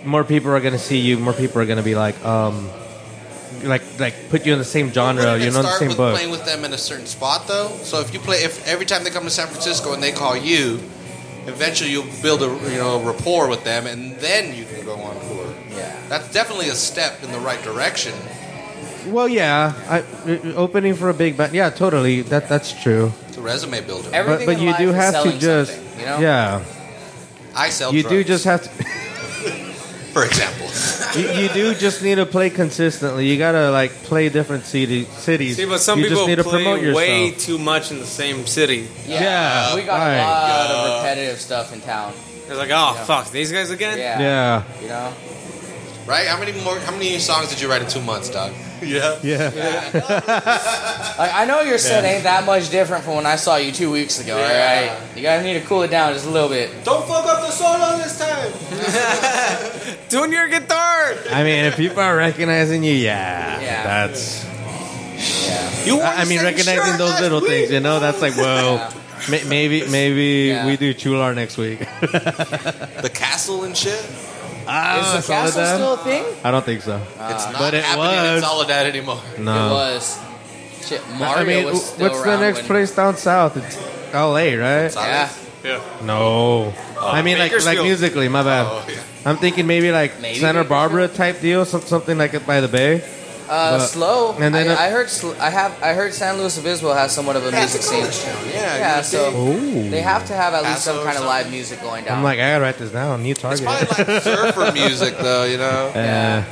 more people are gonna see you. More people are gonna be like, um, like like put you in the same genre. Wouldn't it You know, the start same with book. playing with them in a certain spot though. So if you play, if every time they come to San Francisco and they call you, eventually you'll build a you know rapport with them, and then you can go on tour. yeah, That's definitely a step in the right direction. Well, yeah, I, uh, opening for a big band. Yeah, totally. That that's true. It's a resume builder. But everything. but in you life do is have to selling just something, you know. yeah. I sell. You do drugs, just have to. for example. (laughs) You, you do just need to play consistently. You gotta like play different city, cities. See, but some you people just need to play promote yourself. way too much in the same city. Yeah, Yeah, we got right. a lot of repetitive stuff in town. They're like, oh Yeah. fuck, these guys again. Yeah, Yeah. you know. Right? How many more? How many songs did you write in two months, Doug? Yeah. Yeah. Like, I know your set ain't that much different from when I saw you two weeks ago. All right, you guys need to cool it down just a little bit. Don't fuck up the solo this time. Tune your guitar. I mean, if people are recognizing you, yeah, Yeah. that's. You I I mean, recognizing those little things, you know, that's like, whoa. Yeah. may- Maybe, maybe Yeah. we do Chular next (laughs) week. The castle and shit. ah, Is the castle Soledad? still Uh, a thing? I don't think so. It's not but it happening was. in Soledad anymore. It No. was. Shit, Mario I mean, was what's still the around next when- place down south? It's L.A., right? Yeah, Oh, No. I mean, like, like Bakersfield. musically. My bad. Oh, yeah. I'm thinking maybe like Maybe Santa Bakersfield? Barbara type deal, some, something like it by the bay. uh, But- slow. and then I, it- I heard. Sl- I have. I heard San Luis Obispo has somewhat of a music scene. Yeah. Yeah, you so Oh. they have to have at least Paso some or kind of something. live music going down. I'm like, I gotta write this down. New It's target. probably like (laughs) surfer music, though. You know, Uh,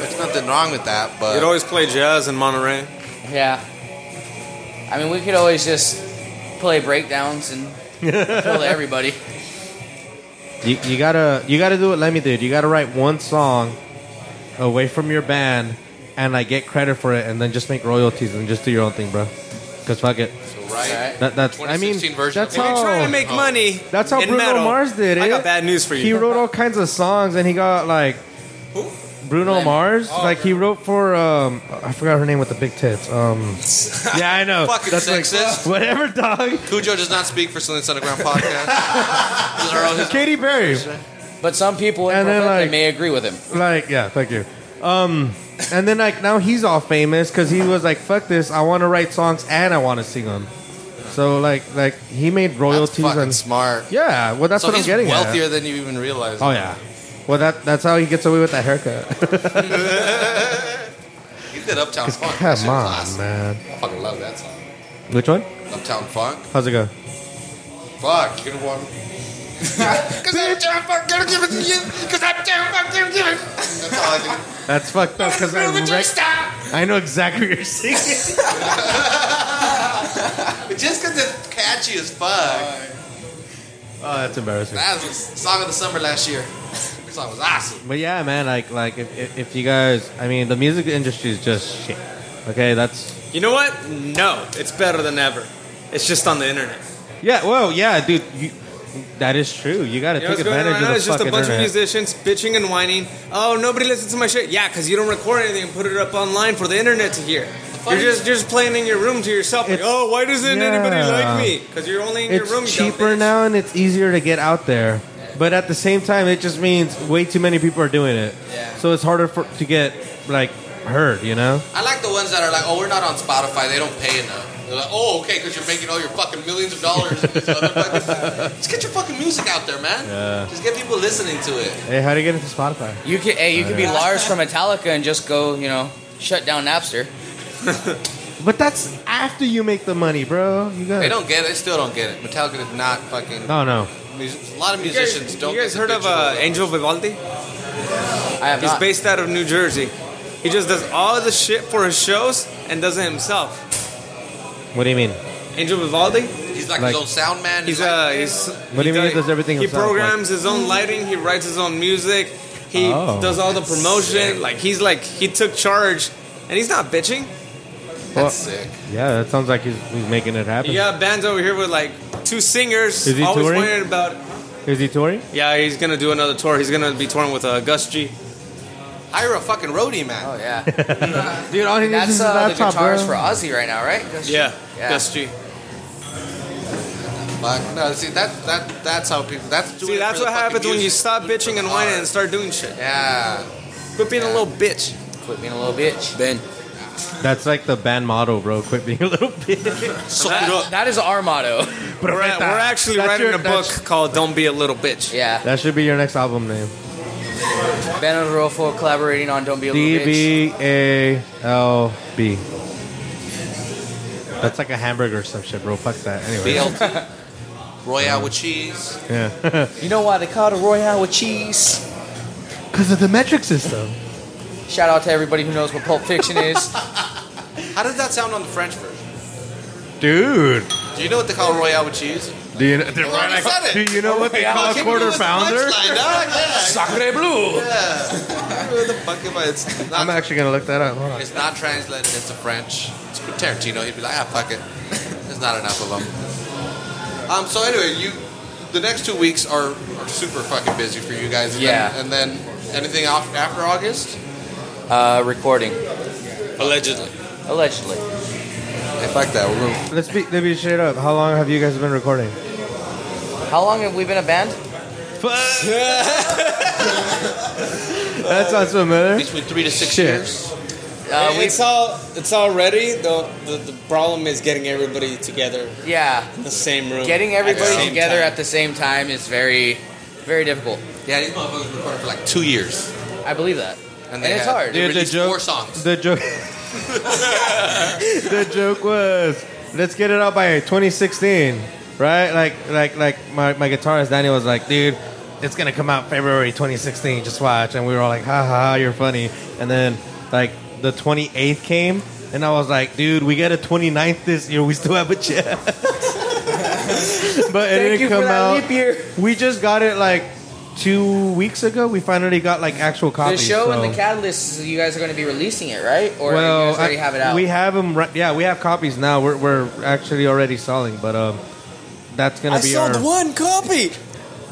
there's nothing wrong with that. You'd But always play jazz in Monterey. yeah. I mean, we could always just play breakdowns and (laughs) kill everybody. You, you gotta you gotta do what Lemmy did. You gotta write one song away from your band and like get credit for it, and then just make royalties and just do your own thing, bro. Cause fuck it, right. All right. that, that's I mean 2016 version that's of it. If you're trying to how make money, that's how in Bruno metal, Mars did Oh. it. I got bad news for he you. wrote all kinds of songs, and he got like Bruno Lemmy. Mars. Oh, like he wrote for um I forgot her name with the big tits. (laughs) Um yeah, I know. Fucking like- sexist. (laughs) whatever, dog. Cujo does not speak for Silence Underground (laughs) podcast. These are all his- Katy Perry. But some people in And then, Profeta like- may agree with him. Like, yeah, thank you. Um, and then like now he's all famous because he was like, "Fuck this! I want to write songs and I want to sing them." So like, like he made That's royalties fucking and smart. yeah. Well, that's so what I'm he's getting. at. wealthier than you even realize. Oh yeah. Well, that that's how he gets away with that (laughs) haircut. He did Uptown Funk. That Come shit was on, awesome. man. I fucking love that song. Which one? Uptown Funk. How's it go? Fuck, you gonna want. Cause I'm down fuck gonna give it to you. Cause I'm down fuck gonna give it. That's all I do. That's fucked up because I But rec- just stop. I know exactly what you're (laughs) singing. But just cause it's catchy as fuck. Oh, that's embarrassing. That was the song of the summer last year. That song was awesome. But yeah, man. Like, like if, if if you guys, I mean, the music industry is just shit. Okay, that's You know what? No, it's better than ever. It's just on the internet. Yeah, well, yeah, dude. You, that is true. You got to You know take what's going on advantage right now? of the It's just a fucking bunch of internet. musicians bitching and whining. Oh, nobody listens to my shit. Yeah, because you don't record anything and put it up online for the internet to hear. You're just you're just playing in your room to yourself. Like, It's- oh, why doesn't anybody Yeah. like me? Because you're only in your room. It's you dumb cheaper bitch. now and it's easier to get out there. But at the same time, it just means way too many people are doing it. Yeah. So it's harder for to get like heard. You know? I like the ones that are like, oh, we're not on Spotify. They don't pay enough. They're like, oh, okay, because you're making all your fucking millions of (laughs) dollars. in these other fucking- Just get your fucking music out there, man. Yeah. Just get people listening to it. Hey, how do you get into Spotify? You could, hey, you could be Lars from Metallica and just go, you know, shut down Napster. But that's after you make the money, bro. You got. They don't get it. They still don't get it. Metallica did not fucking. No, no. Mus- a lot of You guys- musicians don't. You guys get heard the of uh, digital- Angel Vivaldi? I have He's not. based out of New Jersey. He just does all the shit for his shows and does it himself. What do you mean? Angel Vivaldi. He's like, Like- his own sound man. uh, He's uh, he's. What do you mean he does- does everything He himself, like- programs his own lighting. He writes his own music. He Oh. does all the promotion. Like he's like he took charge, and he's not bitching. Well, that's sick. yeah, that sounds like he's, he's making it happen. You got bands over here with like two singers. Is he always touring? worried about. Is he touring? Yeah, he's gonna do another tour. He's gonna be touring with uh, Gus G. Hire a fucking roadie man. Oh yeah, (laughs) (laughs) Dude, all he needs that's is a uh, the laptop, guitarist bro. for Ozzy right now, right? That's- Yeah, Yeah. Gus G. Fuck. No, see that that that's how people. That's doing See, it that's for the what fucking happens when you music. stop bitching and whining and start doing shit. Yeah. Quit being a little bitch. Quit being a little bitch. Ben. That's like the band motto, bro. Quit being a little (laughs) bitch. That- that is our motto. (laughs) We're, at- we're actually That's writing your- a book that's- called "Don't Be a Little Bitch." Yeah, That should be your next album name. Ben and Rolfo collaborating on "Don't Be a D Little Bitch." B A L B. That's like a hamburger or some shit, bro. Fuck that. Anyway. BLT. Royale with cheese. Yeah. (laughs) You know why they call it a Royale with cheese? Because of the metric system. Shout out to everybody who knows what Pulp (laughs) Fiction is. How does that sound on the French version? Dude. Do you know what they call royale with cheese? Do you know, Well, I said it. do you know what they call a Give me quarter this pounder? punchline, dog. Yeah. (laughs) Sacre bleu. Yeah. Who the fuck am I? It's I'm not, actually going to look that up. Hold on. it's not translated into French. It's for Tarantino. He'd be like, ah, fuck it. (laughs) There's not enough of them. Um. So anyway, you. The next two weeks are, are super fucking busy for you guys. And Yeah. Then, and then anything off after August? Uh, recording Allegedly. allegedly. Hey, fuck that. We're gonna, Let's be, let me straight up. How long have you guys been recording? How long have we been a band? That sounds familiar. between three to six Shit. years. Uh, we, it's all it's all ready. The, the the problem is getting everybody together yeah, in the same room. getting at the everybody same together time. at the same time is very, very difficult. Yeah, these motherfuckers recorded for like two years. I believe that, and, they it's had- hard. They Dude, the released joke- four songs. The joke. the joke was, let's get it out by 2016, right? Like, like, like my, my guitarist Danny was like, dude, it's gonna come out February 2016. Just watch, and we were all like, ha ha, ha you're funny. And then like the 28th came, and I was like, dude, we got a 29th this year. We still have a chance. (laughs) but it didn't come out. year. We just got it like two weeks ago. We finally got like actual The copies. show so- and the catalyst. You guys are going to be releasing it, right? Or you guys already I- have it out? We have them. Right, yeah, we have copies now. We're, we're actually already selling, but um, that's gonna I be sold our. one copy.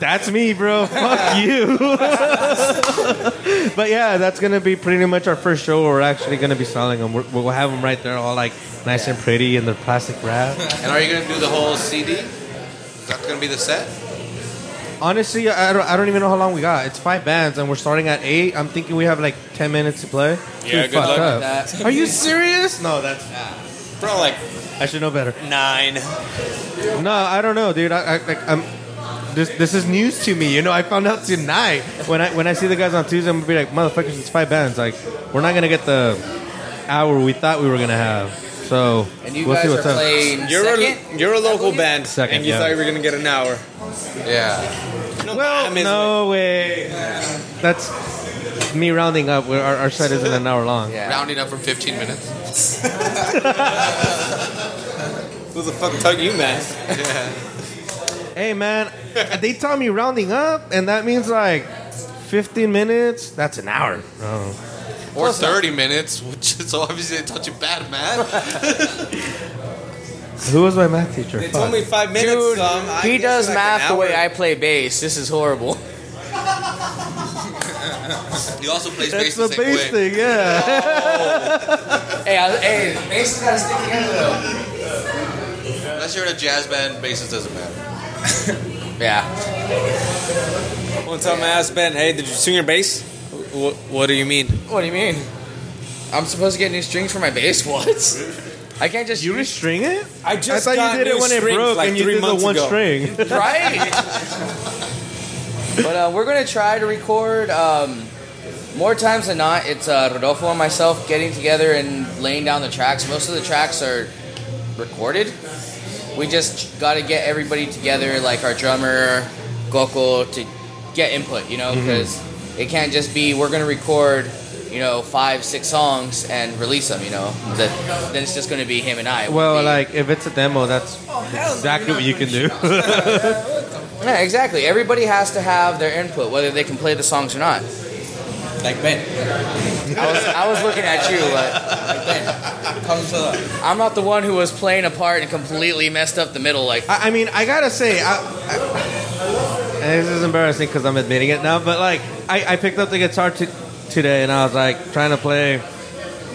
That's me, bro. (laughs) Fuck you. but yeah, that's gonna be pretty much our first show. We're actually gonna be selling them. We're, we'll have them right there, all like nice and pretty in the plastic wrap. And are you gonna do the whole CD? Is that gonna be the set? Honestly, I don't, I don't even know how long we got. It's five bands, and we're starting at eight. I'm thinking we have like ten minutes to play. Yeah, Dude, good fuck luck with up. that. Are you serious? No, that's Bro, like I should know better. nine. No, I don't know, dude. I, I like I'm. This this is news to me. You know, I found out tonight when I when I see the guys on Tuesday, I'm gonna be like, motherfuckers, it's five bands. Like, we're not gonna get the hour we thought we were gonna have. So and you we'll see guys are what's up. playing You're second. a you're a local believe? band, Second, and you yeah. thought you were gonna get an hour. Yeah. No, well, time is- no way. That's me rounding up. We're- Our, our set isn't an hour long. yeah. Rounding up from 15 minutes. Who the fuck taught you math? Hey man, they taught me rounding up, and that means like 15 minutes. That's an hour. Oh. Or 30 minutes, (laughs) which is obviously they taught you bad math. Who was my math teacher? They Fuck. told me five minutes. Dude, so I'm- I he does guess like math an the hour. way I play bass. This is horrible. (laughs) He also plays That's bass the the same base way. thing, yeah. hey, I, hey, bass has got to stick together though. Unless you're in a jazz band, bassist doesn't matter. Yeah. One time I asked Ben, "Hey, did you sing your bass?" What, what do you mean? What do you mean? I'm supposed to get new strings for my bass? (laughs) What? I can't just You use- restring it? I just I thought you got did it new when it strings broke like and you three did the months one ago. string. (laughs) right. but uh, we're gonna try to record um, more times than not. It's uh, Rodolfo and myself getting together and laying down the tracks. Most of the tracks are recorded. We just got to get everybody together, like our drummer Gokul, to get input. You know, because it can't just be we're gonna record. you know, five, six songs and release them, you know, that, then it's just going to be him and I. It won't Well, be- like if it's a demo, that's Oh, exactly what you can do. Yeah, exactly. Everybody has to have their input, whether they can play the songs or not. Like Ben. I was, I was looking at you, but Comes to the- I'm not the one who was playing a part and completely messed up the middle. (laughs) Like, I, I mean, I gotta say, I, I, and this is embarrassing because I'm admitting it now, but like, I, I picked up the guitar t- today and I was like trying to play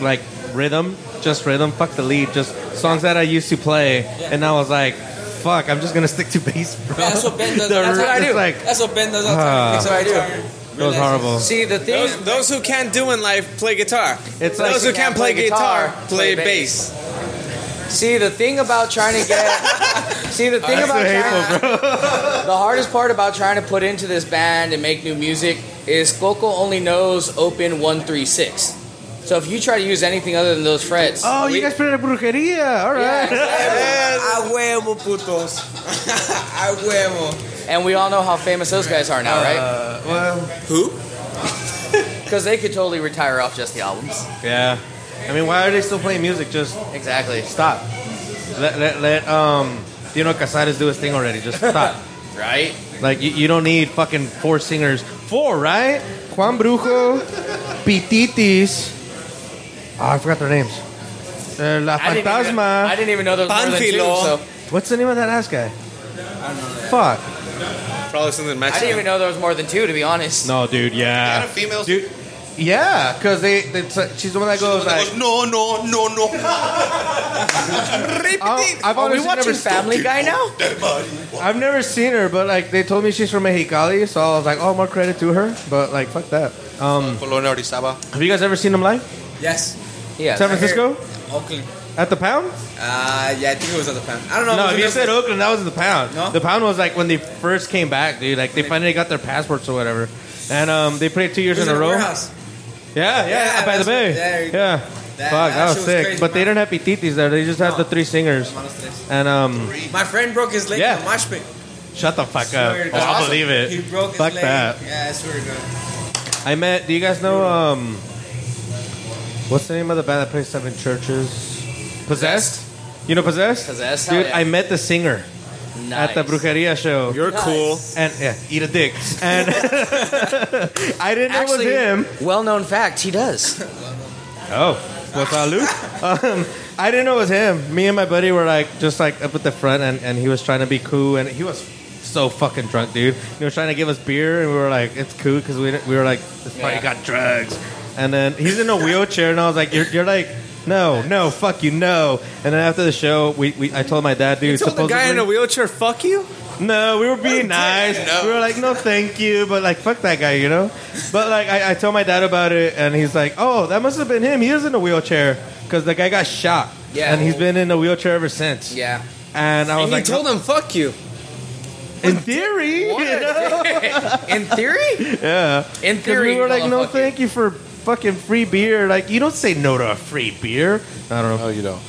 like rhythm, just rhythm, fuck the lead, just songs that I used to play, and I was like, fuck, I'm just gonna stick to bass, bro. Man, that's what Ben does. The That's what rhythm I is do. Like, That's what Ben does all the time. Ah. Picks That's up what I guitar, that was realizes- horrible. see, the thing Those, those who can't do in life play guitar. It's those like- who can't play guitar, play bass. See the thing about trying to get. (laughs) see the thing That's about so hateful, trying, bro. the hardest part about trying to put into this band and make new music is Coco only knows open one three six. So if you try to use anything other than those frets, Oh, we- you guys played a brujeria. All Yeah, right. A Ah, huevo, putos. (laughs) A huevo. and we all know how famous those guys are Uh, now, right? Who? Because they could totally retire off just the albums. Yeah. I mean, why are they still playing music? Just Exactly. stop. Let let let um Dino Casares do his thing already. Just (laughs) stop. Right. Like you, you don't need fucking four singers. Four, right? Juan Brujo, Pititis. Oh, I forgot their names. Uh, La I didn't, even, I Fantasma. didn't even know those more than two, Panfilo. so What's the name of that ass guy? Fuck. Probably something I didn't Mexican. even know there was more than two, to be honest. No, dude. Kind Yeah. of females. Dude. Yeah, cause they, they she's the one that goes like. goes, no, no, no, no. Oh, I've Are we honestly watching never Family Guy now? I've never seen her, but like they told me she's from Mexicali, so I was like, oh, more credit to her. But like, fuck that. Um, Colonia Orizaba. have you guys ever seen them live? Yes. Yeah. San Francisco Oakland. at the Pound? Uh, yeah, I think it was at the fan. I don't know. No, it was if you in said the- Oakland, that was the Pound. No? The Pound was like when they first came back, dude. Like they finally got their passports or whatever, and um, they played two it years was in a the row. Yeah, warehouse. yeah, Yeah, by the that's what- bay. there you go. yeah, That- fuck, that that was shit was sick. crazy, but they man. didn't have pititis there. They just had the three singers. And um, My friend broke his leg Yeah. in a mosh pit. shut the fuck up. Swear to Oh, God. I believe He it. broke his Fuck leg. that. Yeah, I swear to God. I met. Do you guys know um, what's the name of the band that plays Seven Churches? Possessed. You know Possessed. Possessed, hell Dude, yeah. I met the singer at Nice. the Brujeria show. You're cool. and yeah, eat a dick. (laughs) And (laughs) I didn't know Actually, it was him. well-known fact, he does. Oh, what's up, Luke? (laughs) Um, I didn't know it was him. Me and my buddy were like just like up at the front, and, and he was trying to be cool, and he was so fucking drunk, dude. He was trying to give us beer, and we were like, it's cool because we didn't- we were like, this party Yeah. got drugs, and then he's in a wheelchair, and I was like, you're, you're like. No, no, fuck you, no. And then after the show, we, we I told my dad, dude, Told the supposedly guy in a wheelchair, fuck you? No, we were being nice. We were like, no, thank you, but like, fuck that guy, you know. But like, I, I told my dad about it, and he's like, oh, that must have been him. He is in a wheelchair because the guy got shot. Yeah. and he's been in a wheelchair ever since. (laughs) Yeah. and I was And like, he told him, fuck (laughs) you. in theory, (laughs) you know? In theory? yeah. In Because theory. we were like, hello, no, fuck you. thank you for fucking free beer. Like, you don't say no to a free beer. I don't know. No, you don't.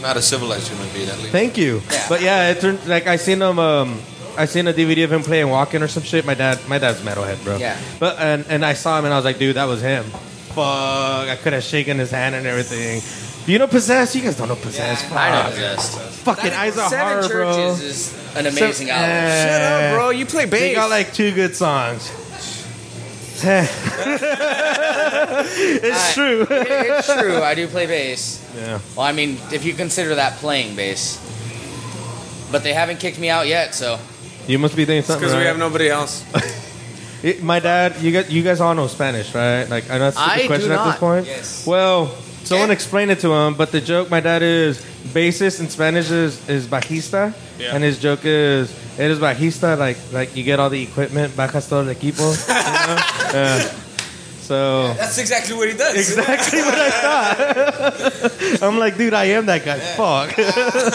Not a civilized human being, at least. Thank you. But yeah, it turned like I seen him. Um, I seen a DVD of him playing Walking or some shit. My dad, my dad's a metalhead, bro. Yeah. But and and I saw him and I was like, dude, that was him. Fuck, I could have shaken his hand and everything. You know, possessed. You guys don't know possessed. I know Fuck. possessed. Fucking eyes of Seven horror, bro. Churches is an amazing So- album. eh, Shut up, bro. You play They bass. got like two good (laughs) songs. it's I- true. It- it's true. I do play bass. yeah. Well, I mean, if you consider that playing bass. But they haven't kicked me out yet, so You must be doing something. Because we right? have nobody else. It, my dad, you guys, you guys all know Spanish, right? Like, I know that's a I stupid do question at this not. point. Yes. Well, someone explained it to him, but the joke my dad is bassist in Spanish is, is bajista, and his joke is eres bajista, like like you get all the equipment, bajas todo el equipo. (laughs) You know? Yeah. So That's exactly what he does. exactly what I thought. (laughs) I'm like, dude, I am that guy. Fuck.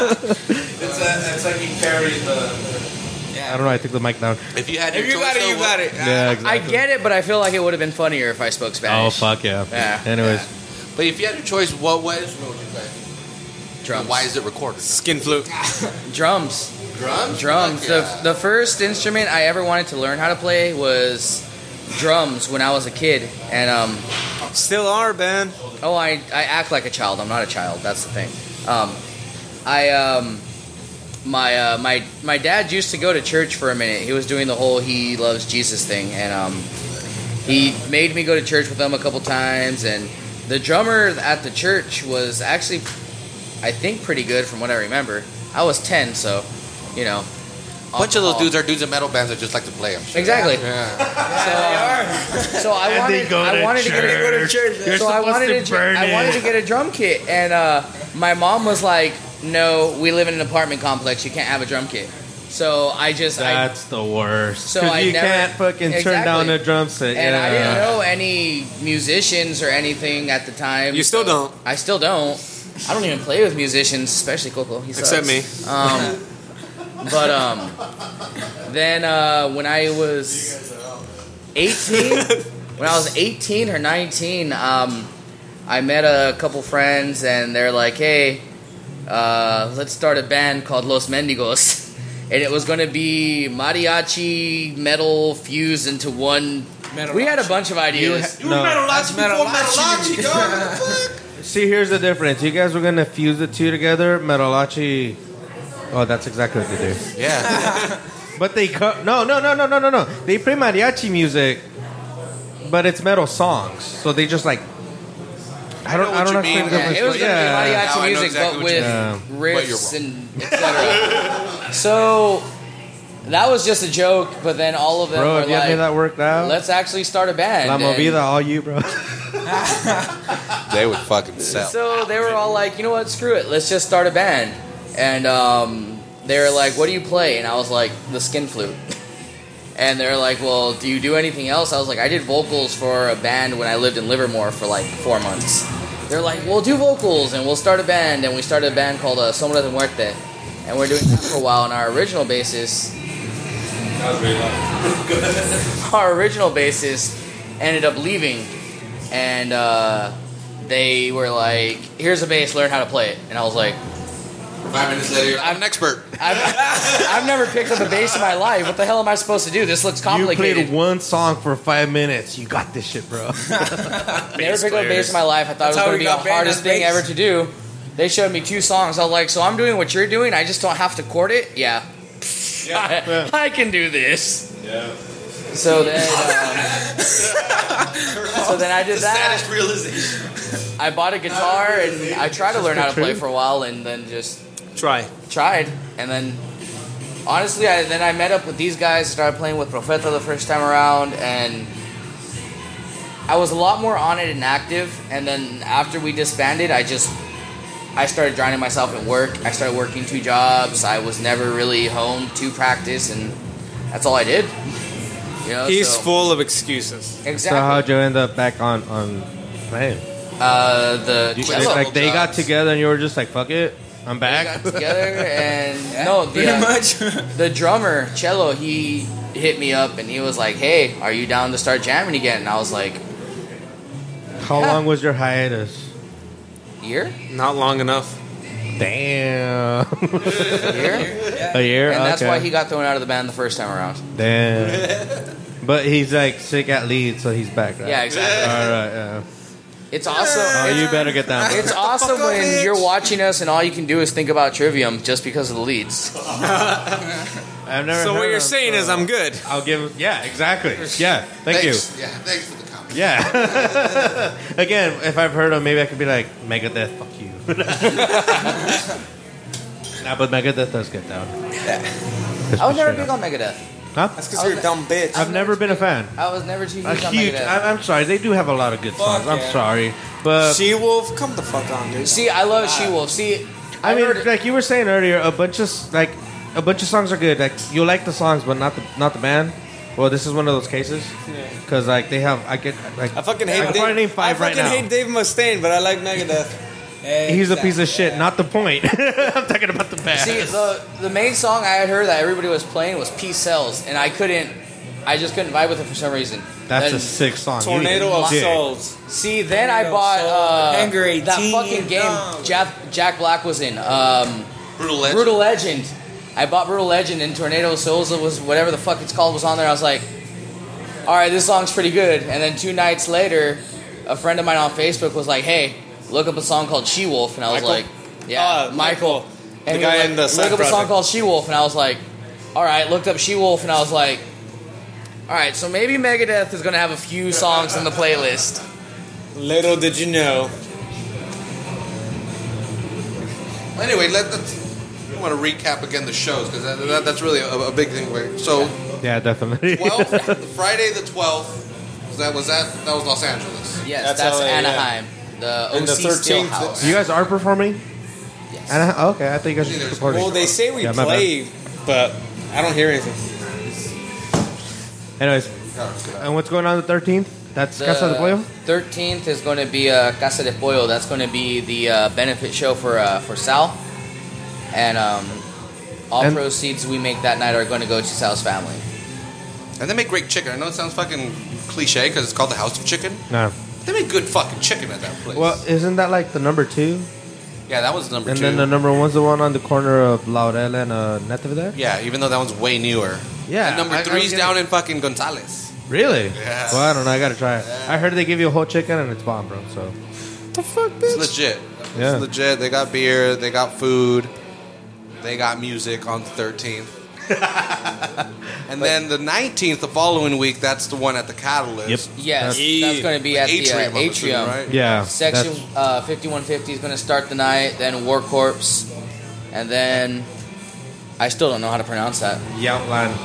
It's, uh, it's like you carry the. (laughs) I don't know. I took the mic down. If you had your If you choice, got it, though, you what- got it. Yeah, I exactly. get it. But I feel like it would have been funnier if I spoke Oh Spanish. fuck yeah. Yeah. Anyways, But if you had your choice, what was would you play? Drums. Why is it recorded? Skin fluke. Drums. Drums? Drums. Fuck yeah. The, the first instrument I ever wanted to learn how to play was drums when I was a kid, and um, Still are, man. Oh, I, I act like a child. I'm not a child. That's the thing. Um, I um, my uh, my my dad used to go to church for a minute. He was doing the whole he loves Jesus thing, and um, he made me go to church with him a couple times. And the drummer at the church was actually, I think, pretty good from what I remember. I was ten, so you know. A bunch of those dudes are dudes in metal bands that just like to play. I'm sure. Exactly. Yeah. So I And they wanted, go I to wanted to get a, church. go to church. You're so I supposed wanted to a dr- burn I it. wanted to get a drum kit, and uh, my mom was like, "No, we live in an apartment complex. You can't have a drum kit." So I just, I, That's the worst. So 'Cause I you never- can't fucking turn Exactly. down a drum set. and yeah. I didn't know any musicians or anything at the time. You still so don't. I still don't. I don't even play with musicians, especially Coco. He sucks. Except me. Um, but um, then uh, when I was (laughs) 18, when I was 18 or 19, um, I met a couple friends and they're like, hey, uh, let's start a band called Los Mendigos. (laughs) And it was going to be mariachi metal fused into one. We had a bunch of ideas. No. That's (laughs) Metalachi before Metalachi, dog. See, here's the difference. You guys were gonna fuse the two together. Metalachi. Oh, that's exactly what they do. yeah. But they cut. No, no, no, no, no, no, no. They play mariachi music, but it's metal songs. So they just like. I don't. I what don't you know. mean. explain the difference, but Yeah, it was going to yeah. be mariachi Now I know music, exactly but what with But you're riffs and etc. (laughs) so that was just a joke, but then all of them Bro, were if you had me like, that worked out, "Let's actually start a band." La and- Movida, all you, (laughs) bro. They would fucking sell. So they were all like, you know what, screw it, let's just start a band. And um, they were like, what do you play? And I was like, the skin flute. (laughs) And they're like, well, do you do anything else? I was like, I did vocals for a band when I lived in Livermore for like four months. They're like, we'll do vocals and we'll start a band. And we started a band called uh, Sombra de Muerte. And we're doing that for a while on our original basis. (laughs) our original bassist ended up leaving, and uh, they were like, "Here's a bass, learn how to play it." And I was like, Five minutes later, I'm an expert. "I've, I've never picked up a bass in my life. What the hell am I supposed to do? This looks you complicated. played one song for five minutes. You got this shit, (laughs) bro. never picked up a bass in my life. I thought That's it was how going to be the we got banned hardest on thing bass. ever to do." They showed me two songs. I was like, "So I'm doing what you're doing. I just don't have to chord it." Yeah, (laughs) I, I can do this. Yeah. So then, uh, so then I did that. Saddest realization. I bought a guitar and I tried to learn how to play for a while and then just Try. tried and then honestly I, then I met up with these guys started playing with Profeta the first time around and I was a lot more on it and active and then after we disbanded I just I started drowning myself at work I started working two jobs I was never really home to practice and that's all I did you know, He's so- full of excuses. so exactly how'd you end up back on on playing? uh, the You, cello. like they got jobs. together and you were just like, fuck it, I'm We back. (laughs) got together and no the, Pretty uh, much. the drummer cello he hit me up and he was like hey are you down to start jamming again and i was like How long was your hiatus? year Not long enough. Damn, (laughs) year a year. and that's Okay. why he got thrown out of the band the first time around Damn. (laughs) but he's like sick at lead, so he's back, right? yeah exactly All right. (laughs) Yeah. it's awesome Oh, it's, you better get that. (laughs) it's awesome when you're watching us and all you can do is think about trivium just because of the (laughs) leads I've never. heard So what of you're him, saying so is I'm good. I'll give. Yeah. Exactly. Yeah. Thank you. thanks. Yeah, thanks for the compliment. Yeah. (laughs) Again, if I've heard him, maybe I could be like Megadeth. Fuck you. (laughs) nah, but Megadeth does get down. Yeah. i was never big on megadeth Huh? That's because you're a dumb bitch. I've never been a fan. i was never too huge A on huge. megadeth I, I'm sorry. They do have a lot of good songs. I'm yeah. sorry, Uh, but She Wolf, come the fuck on, dude. see i love she-wolf see I mean, heard- like you were saying earlier, a bunch of s- like a bunch of songs are good. Like you like the songs, but not the not the band. Well, this is one of those cases because like they have. I get like I fucking hate I can Dave. probably name five I right fucking now. hate Dave Mustaine, but I like Megadeth. He's a piece of shit. Not the point. (laughs) I'm talking about the band. See, the the main song I had heard that everybody was playing was "Peace Cells," and I couldn't, I just couldn't vibe with it for some reason. That's a then, sick song. You Tornado of dick. Souls. see. Then I Tornado bought Soul, uh, Hangar 18, that fucking game dumb. Jack, Jack Black was in. Um, Brutal legend. Brutal Legend. I bought Brutal Legend and Tornado of Souls was whatever the fuck it's called was on there. I was like, all right, this song's pretty good. And then two nights later, a friend of mine on Facebook was like, "Hey, look up a song called She Wolf," and I was Michael? like, "Yeah, Ah, Michael." The And he was guy like, in the look Sun up a song Project. called She Wolf, and I was like, "All right." Looked up She Wolf, and I was like, "All right." So maybe Megadeth is gonna have a few songs in the playlist. Little did you know. Anyway, let, let's. I want to recap again the shows because that, that, that's really a, a big thing. Where, so Yeah, definitely. 12th, Friday the 12th, that was that that was Los Angeles. Yes, That's that's, LA, uh, yeah. Anaheim. The OC And the 13th Steelhouse. (laughs) you guys are performing? Yes. And I, okay, I think I should There's- support Well, it. they say we Yeah, my play, but I don't hear anything. Anyways, Yeah, let's do that. and what's going on the 13th? That's Casa de Pollo? Thirteenth is going to be uh, Casa de Pollo. That's going to be the uh, benefit show for uh, for Sal, and um, all And- proceeds we make that night are going to go to Sal's family. And they make great chicken. I know it sounds fucking cliche because it's called the House of Chicken. No. They make good fucking chicken at that place. Well, isn't that like the number two? yeah, that was number And two. then the number one's the one on the corner of Laurel and uh, Natividad? yeah, even though that one's way newer. Yeah, And number I- I three's get down in fucking Gonzales. Really? Yes. Well, I don't know. I gotta try it. I heard they give you a whole chicken and it's bomb, bro. So It's legit. Yeah. It's legit. They got beer, they got food, they got music on the 13th. (laughs) and then the 19th, the following week, that's the one at the Catalyst. Yes, Yeah. that's going to be at the Atrium, uh, I'm assuming, atrium. right? Yeah. Section that's- uh, fifty-one fifty is going to start the night. Then War Corpse, and then I still don't know how to pronounce (laughs) that. Yautland.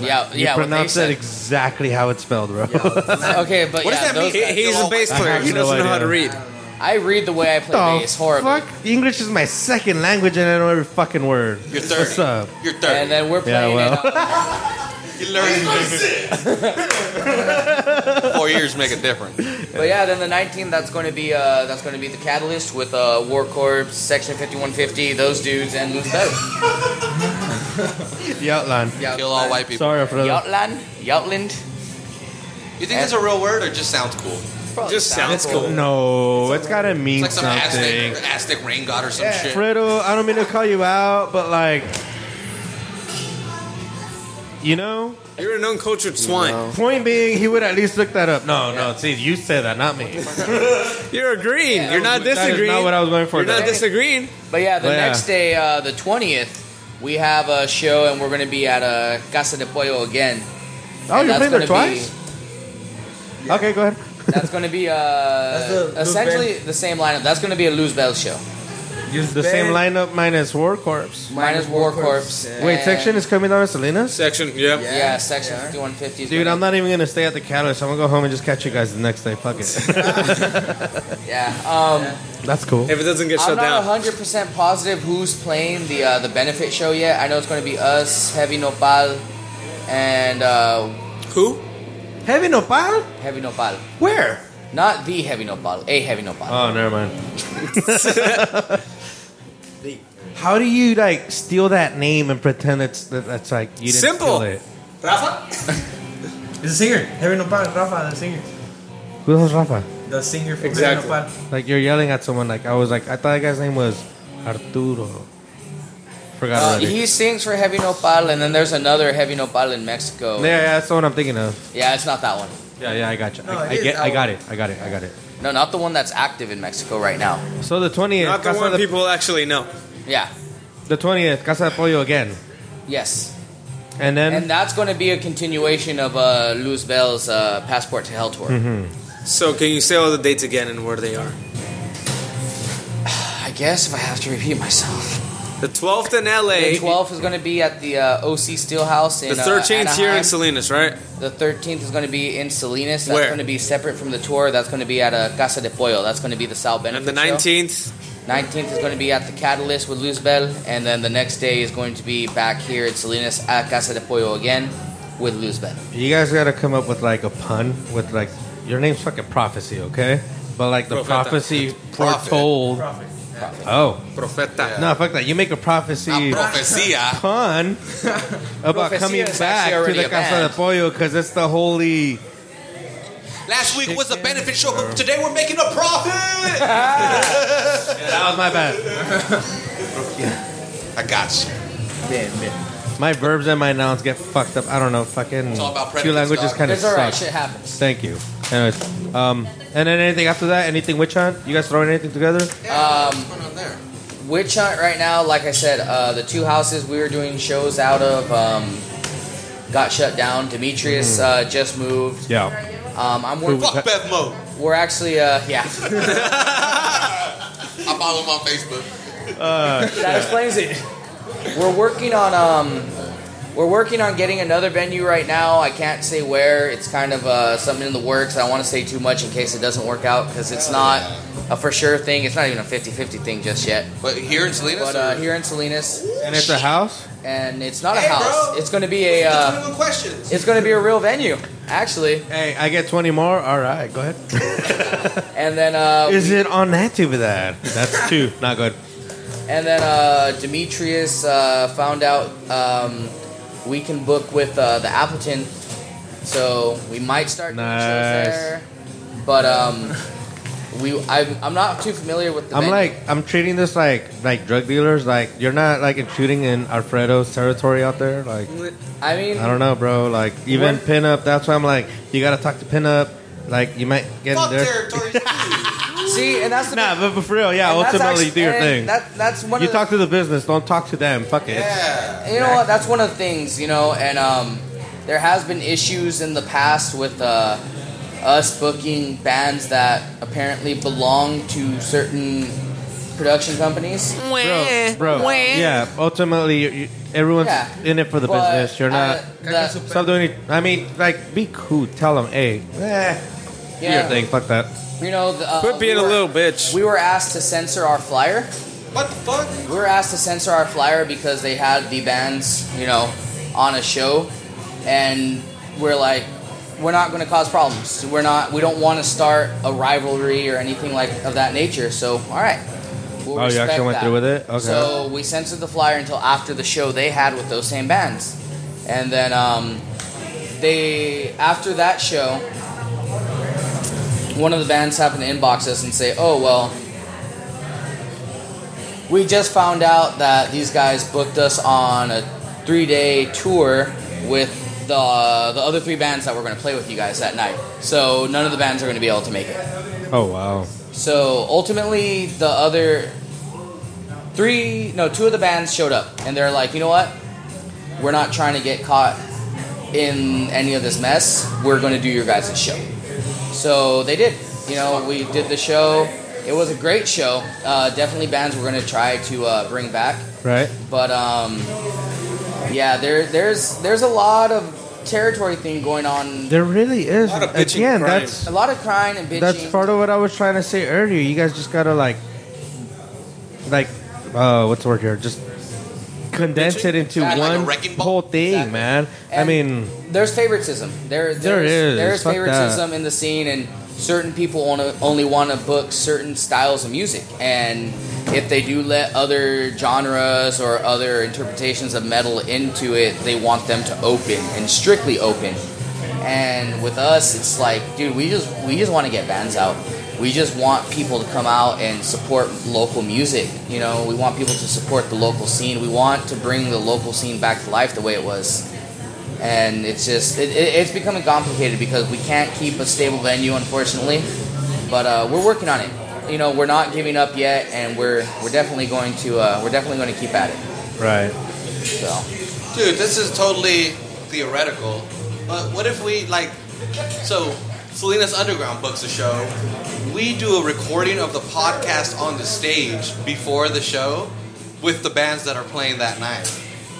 Yeah, You yeah. what they pronounce said. it exactly how it's spelled, bro. (laughs) Okay, but What yeah, does that those mean? guys- He- he's a bass player. He doesn't know how to read. I read the way I play Oh, bass horribly. fuck! English is my second language, and I know every fucking word. You're 30. What's up? You're 30. And then we're Yeah, playing well. it on- you learn. Four years make a difference. (laughs) But yeah, then the 19th, that's going to be uh, that's going to be the catalyst with uh, War Corps, Section 5150, those dudes, and Moose Better. Yautland. Kill all white people. Sorry for the. Yautland, Yautland. You think that's a real word or just sounds cool? Probably Just sounds cool. No, it's gotta mean It's like some something. Aztec, Aztec rain god or some shit. Fredo, I don't mean to call you out, but like, you know, (laughs) You're an uncultured swine. point being, he would at least look that up. No, no, see, you said that, not me. (laughs) You're agreeing. You're not That is disagreeing. not what I was going for. You're not though. disagreeing. But yeah, the Well, Oh, yeah. next day, uh, the 20th, we have a show, and we're going to be at uh, Casa de Pollo again. Oh, you And that's played there gonna be- twice? Okay, go ahead. That's going to be (laughs) uh, the Luz essentially the same lineup. That's going to be a Luz Bell show. Use The same lineup minus War Corpse. Minus War Corps. Wait, section is coming down to Salinas? Section. Yep. Yeah, Section 5150. Is Dude, gonna- I'm not even gonna stay at the catalyst. I'm gonna go home and just catch you guys the next day. Fuck it. Yeah. Um, (laughs) That's cool. If it doesn't get I'm shut not down. 100 percent positive who's playing the uh, the benefit show yet. I know it's going to be us, Heavy Nopal, and uh, Who? Heavy Nopal? Heavy Nopal. Where? Not the Heavy Nopal, a Heavy Nopal. Oh, never mind. (laughs) How do you like steal that name and pretend it's that, that's like you didn't Simple. steal it? He's a singer. Heavy Nopal, Rafa, the singer. Who the hell's Rafa? The singer from Exactly. Heavy Nopal. Like you're yelling at someone. Like I was like I thought that guy's name was Arturo. Forgot Uh, already. he sings for Heavy Nopal, and then there's another Heavy Nopal in Mexico. yeah, yeah, that's the one I'm thinking of. Yeah, it's not that one. Yeah, yeah, I got you. No, I, it I is get, that I got it, I got it, I got it. No, not the one that's active in Mexico right now. So the twentieth, Not the Casa one de people actually know. Yeah. The twentieth, Casa de Pollo again, Yes. and then And that's going to be a continuation of uh, Luz Bell's uh, Passport to Hell tour. Hmm. mm-hmm. So can you say all the dates again and where they are? I guess if I have to repeat myself. The 12th in LA. The 12th is going to be at the uh, OC Steelhouse in The 13th uh, here in Salinas. Salinas, right? The 13th is going to be in Salinas. That's Where? going to be separate from the tour. That's going to be at uh, Casa de Pollo. That's going to be the Sal And the Benefit 19th. show. 19th is going to be at the Catalyst with Luzbel. And then the next day is going to be back here in Salinas at Casa de Pollo again with Luzbel. You guys gotta come up with like a pun with like your name's fucking prophecy, okay? But like the Profeta. prophecy Prophet. foretold. Oh Profeta. no, fuck that! You make a prophecy A profecia. pun about Profecia coming is actually back to already the a Casa de band. Pollo because it's the holy. Last week was a benefit show, but today we're making a profit. That was my bad. I got you. My verbs and my nouns get fucked up. I don't know. Fucking all about two predicates, languages dog. kind of It's alright. suck. Shit happens. Thank you. Anyways, Um, and then anything after that, anything witch hunt? You guys throwing anything together? Um, What's going on there? Witch Hunt right now, like I said, uh, the two houses we were doing shows out of um, got shut down. Demetrius uh, just moved. Yeah. Um, I'm working. Fuck Bev Mo. We're actually, uh, yeah, I follow him on Facebook. that explains it. We're working on um, we're working on getting another venue right now. I can't say where. It's kind of uh, something in the works. I don't want to say too much in case it doesn't work out because it's not a for sure thing. It's not even a 50-50 thing just yet. But here in Salinas? But uh, here in Salinas, And it's a house. and it's not a Hey, bro. house. It's going to be a. Uh, Anyone questions? It's going to be a real venue, actually. Hey, I get twenty more. All right, go ahead. (laughs) And then, uh, Is it on that TV? That that's two. Not good. and then uh, Demetrius uh, found out um, we can book with uh, the Appleton, so we might start doing Nice. shows there. But um, we, I'm, I'm not too familiar with the. I'm venue. like I'm treating this like like drug dealers. Like you're not like shooting in Alfredo's territory out there. Like I mean, I don't know, bro. Like even What? pinup. That's why I'm like you gotta talk to pinup. Like you might get Fuck in there. territories. see, and that's the. Nah, but, but for real, yeah. and that's ultimately, actu- do your and thing. That, that's one you of the, talk to the business. Don't talk to them. Fuck it. yeah. You know what? That's one of the things, you know, and um, there has been issues in the past with uh, us booking bands that apparently belong to certain production companies. Bro, bro. Yeah. Ultimately, you, you, everyone's Yeah. in it for the But, business. You're uh, not. that- Stop doing it. I mean, like, be cool. Tell them, hey, eh, do your yeah, thing. Fuck that. You know, the, uh, Quit being we a were- little bitch. We were asked to censor our flyer. What the fuck? We were asked to censor our flyer because they had the bands, you know, on a show, and we're like, we're not going to cause problems. We're not. We don't want to start a rivalry or anything like of that nature. So, all right. We'll Oh, you respect actually went that. through with it? Okay. So we censored the flyer until after the show they had with those same bands, and then um, they after that show, one of the bands happened to inbox us and say, "Oh well." We just found out that these guys booked us on a three-day tour with the the other three bands that were going to play with you guys that night. So none of the bands are going to be able to make it. Oh wow. So ultimately, the other three, no, two of the bands showed up, and they're like, you know what? We're not trying to get caught in any of this mess. We're going to do your guys' show. So they did. You know, we did the show. It was a great show. Uh, definitely bands we're going to try to uh, bring back. Right. But um, yeah, there there's there's a lot of territory thing going on. There really is. lot of bitching Again, crime. that's A lot of crying and bitching. that's part of what I was trying to say earlier. You guys just gotta like, like, uh, what's the word here? Just condense it into Like a one wrecking ball? whole thing, Exactly. man. I And mean, there's favoritism. There, there's, There is. There is Fuck favoritism in the scene, and certain people wanna, only want to book certain styles of music. And if they do let other genres or other interpretations of metal into it, they want them to open and strictly open. And with us, it's like, dude, we just we just want to get bands out. We just want people to come out and support local music. You know, we want people to support the local scene. We want to bring the local scene back to life the way it was and it's just it, it, it's becoming complicated because we can't keep a stable venue unfortunately but uh, we're working on it you know we're not giving up yet and we're we're definitely going to uh, we're definitely going to keep at it right. so Dude, this is totally theoretical. But what if we like so Selena's Underground books a show. We do a recording of the podcast on the stage before the show with the bands that are playing that night.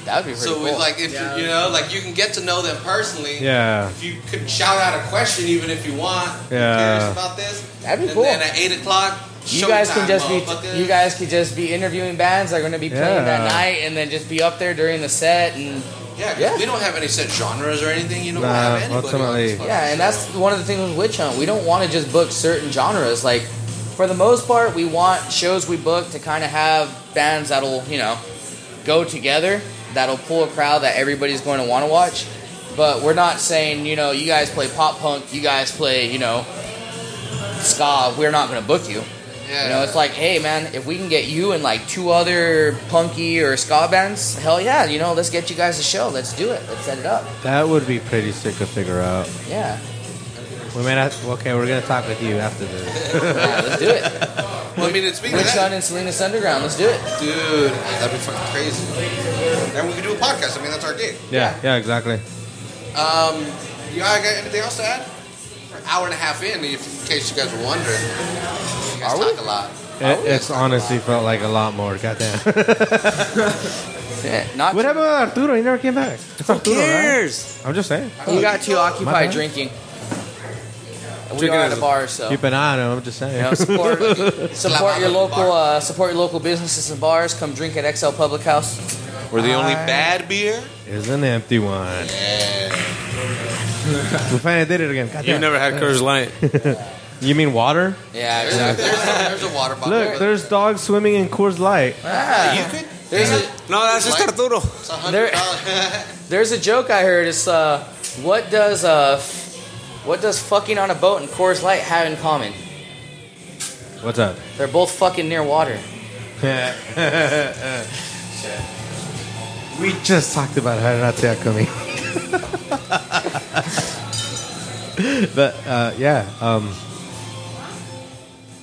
that would be pretty So cool we like if you know, like you can get to know them personally. Yeah. If you could shout out a question even if you want. Who Yeah. cares about this? That'd be and cool. then at eight o'clock, you guys can showtime, just motherfuckers. be you guys could just be interviewing bands that are going to be playing that Yeah. night and then just be up there during the set and Yeah, 'cause Yeah. we don't have any set genres or anything. You don't Nah, have anybody. on ultimately- this fucking Yeah, and show. that's one of the things with Witch Hunt. We don't want to just book certain genres. Like, for the most part, we want shows we book to kind of have bands that'll, you know, go together, that'll pull a crowd that everybody's going to want to watch. But we're not saying, you know, you guys play pop punk, you guys play, you know, ska, we're not going to book you. yeah. You know, it's like, hey, man, if we can get you and like two other punky or ska bands, hell yeah, you know, let's get you guys a show. Let's do it. Let's set it up. That would be pretty sick to figure out. Yeah. We might have. Okay, we're gonna talk with you after (laughs) this. Yeah, let's do it. Well, I mean, it's speaking of Big that, Sean and Selena's Underground. Let's do it. dude, that'd be fucking crazy. And we could do a podcast. I mean, that's our gig. Yeah, yeah, exactly. You got anything else to add? We're an hour and a half in, if, in case you guys were wondering. You guys talk a lot. It, it's honestly felt like a lot more. (laughs) Goddamn. Yeah, not what happened with Arturo? He never came back. It's Arturo, right? I'm just saying. He got too My occupied bad. drinking. And We Drinking are at is- a bar, so Keep an eye on him. I'm just saying. you know, (laughs) support Slap support your out of the local uh, support your local businesses and bars. Come drink at XL Public House. We're the only Bad beer? (laughs) It's an empty one. we finally did it again. You Goddamn. never had Coors Light. You mean water? Yeah, There's, exactly. there's, there's a water bottle. Look, there's dogs swimming in Coors Light. Ah, you could. There's a No, that's just Arturo. It's a hundred There- dollars. there's a joke I heard. It's uh, what does uh, f- what does fucking on a boat and Coors Light have in common? What's up? They're both fucking near (laughs) water. we just talked about how not to Akumi. (laughs) but uh, yeah, um,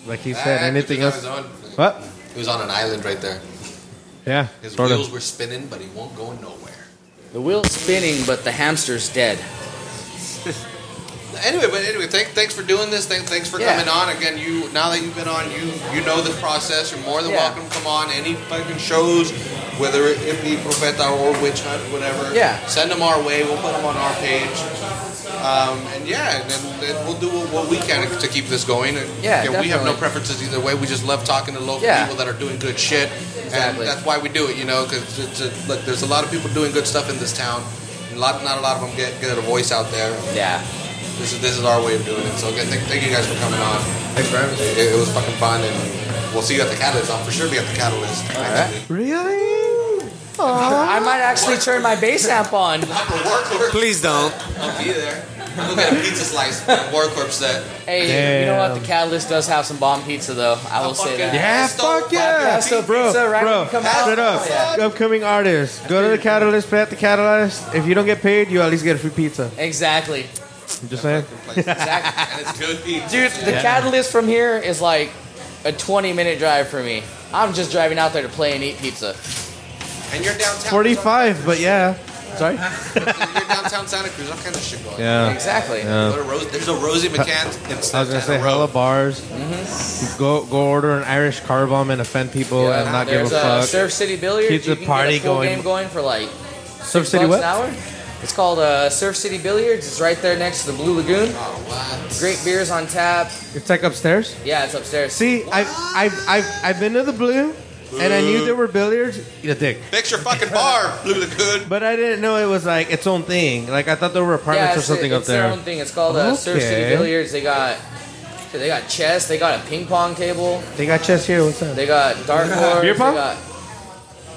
like he (laughs) said, anything else? What? He was on an island right there. Yeah, His sort wheels of. were spinning, but he won't go nowhere. The wheel's spinning, but the hamster's dead. Anyway, but anyway, thank, thanks for doing this. Thank, thanks for Yeah. coming on again. You now that you've been on, you you know the process. You're more than Yeah. welcome. to Come on, any fucking shows, whether it be Profeta or Witch Hunt, whatever. Yeah. send them our way. We'll put them on our page. Um, and yeah, and, then then we'll do what, what we can to keep this going. And Yeah, we have definitely. no preferences either way. We just love talking to local Yeah. people that are doing good shit, Exactly. and that's why we do it. You know, because look, there's a lot of people doing good stuff in this town. A lot, not a lot of them get get a voice out there. Yeah. This is this is our way of doing it. So again, thank, thank you guys for coming on. Thanks for having me. It, it was fucking fun, and we'll see you at the Catalyst. I'll for sure be at the Catalyst. Actually, Really? Aw. I might actually turn my bass amp on. Not for War Corp. Please don't. I'll be there. I'll go get a pizza slice from the War Corp set. Hey, you know what? Damn. The Catalyst does have some bomb pizza, though. I will say that. Yeah, Stone fuck yeah, Podcast of bro, pizza, right? bro. When you come out. Straight up, Oh, upcoming artists, go to the Catalyst, play at the Catalyst. If you don't get paid, you at least get a free pizza. Exactly. I'm just saying. Exactly. and it's good pizza. Dude, the Catalyst from here is like a 20 minute drive for me. I'm just driving out there to play and eat pizza. And you're (laughs) downtown. Forty-five, but yeah. Sorry. (laughs) You're downtown Santa Cruz. All kinds of shit going. on. Uh, Yeah. Exactly. Go to Rose, there's a Rosie McCann's in I was Santa gonna say Road. hella bars. Mm-hmm. Go go order an Irish car bomb and offend people and not give a There's a fuck. Surf City Billiards. Keep you the can party get a full going. game going for like Surf six City bucks an what? hour. It's called uh, Surf City Billiards. It's right there next to the Blue Lagoon. Oh, what? Great beers on tap. It's like upstairs. Yeah, it's upstairs. See, I've I've I've, I've been to the blue, and I knew there were billiards. Eat a dick. Fix your fucking bar, Blue Lagoon. But I didn't know it was like its own thing. Like I thought there were apartments yeah, or it's, something it's up there. their own thing. It's called uh, Surf City Okay. Billiards. They got they got chess. They got a ping pong table. They got chess here. What's up? They got dartboards. Beer pong? They got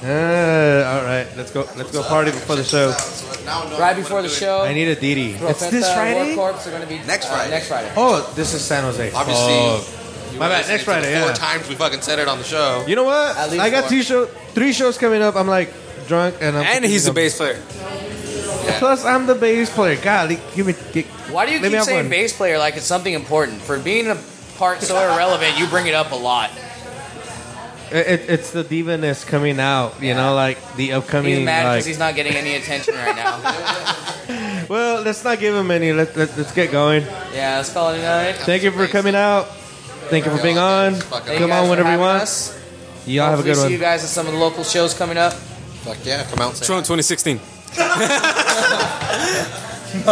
Uh, all right, let's go. Let's go party before the show. So now I know right what before I'm the doing. show. I need a Didi. It's Oh. Profeta this and Friday. War Corps are going to be Next uh, Friday. next Friday. Oh, this is San Jose. Obviously, Fuck. you My were bad, listening next to the Friday, Four yeah. times we fucking said it on the show. You know what? At least I got four. two show, three shows coming up. I'm like drunk and I'm And he's the I'm- bass player. Plus, I'm the bass player. Golly, give me. Get, Why do you Let me keep have saying one. bass player like it's something important? For being a part so irrelevant, you bring it up a lot. it, it- it's the divaness coming out. You know, like the He's upcoming. mad because Like, he's not getting any attention (laughs) right now. well, let's not give him any. Let, let, let's get going. yeah, let's call it a night. Thank you for coming out. Thank you for being on. Fucking Thank Come you guys on for whenever you having want. us. Y'all have a Hopefully good see you one. guys at some of the local shows coming up. Fuck yeah, come out. and say Trump 2016.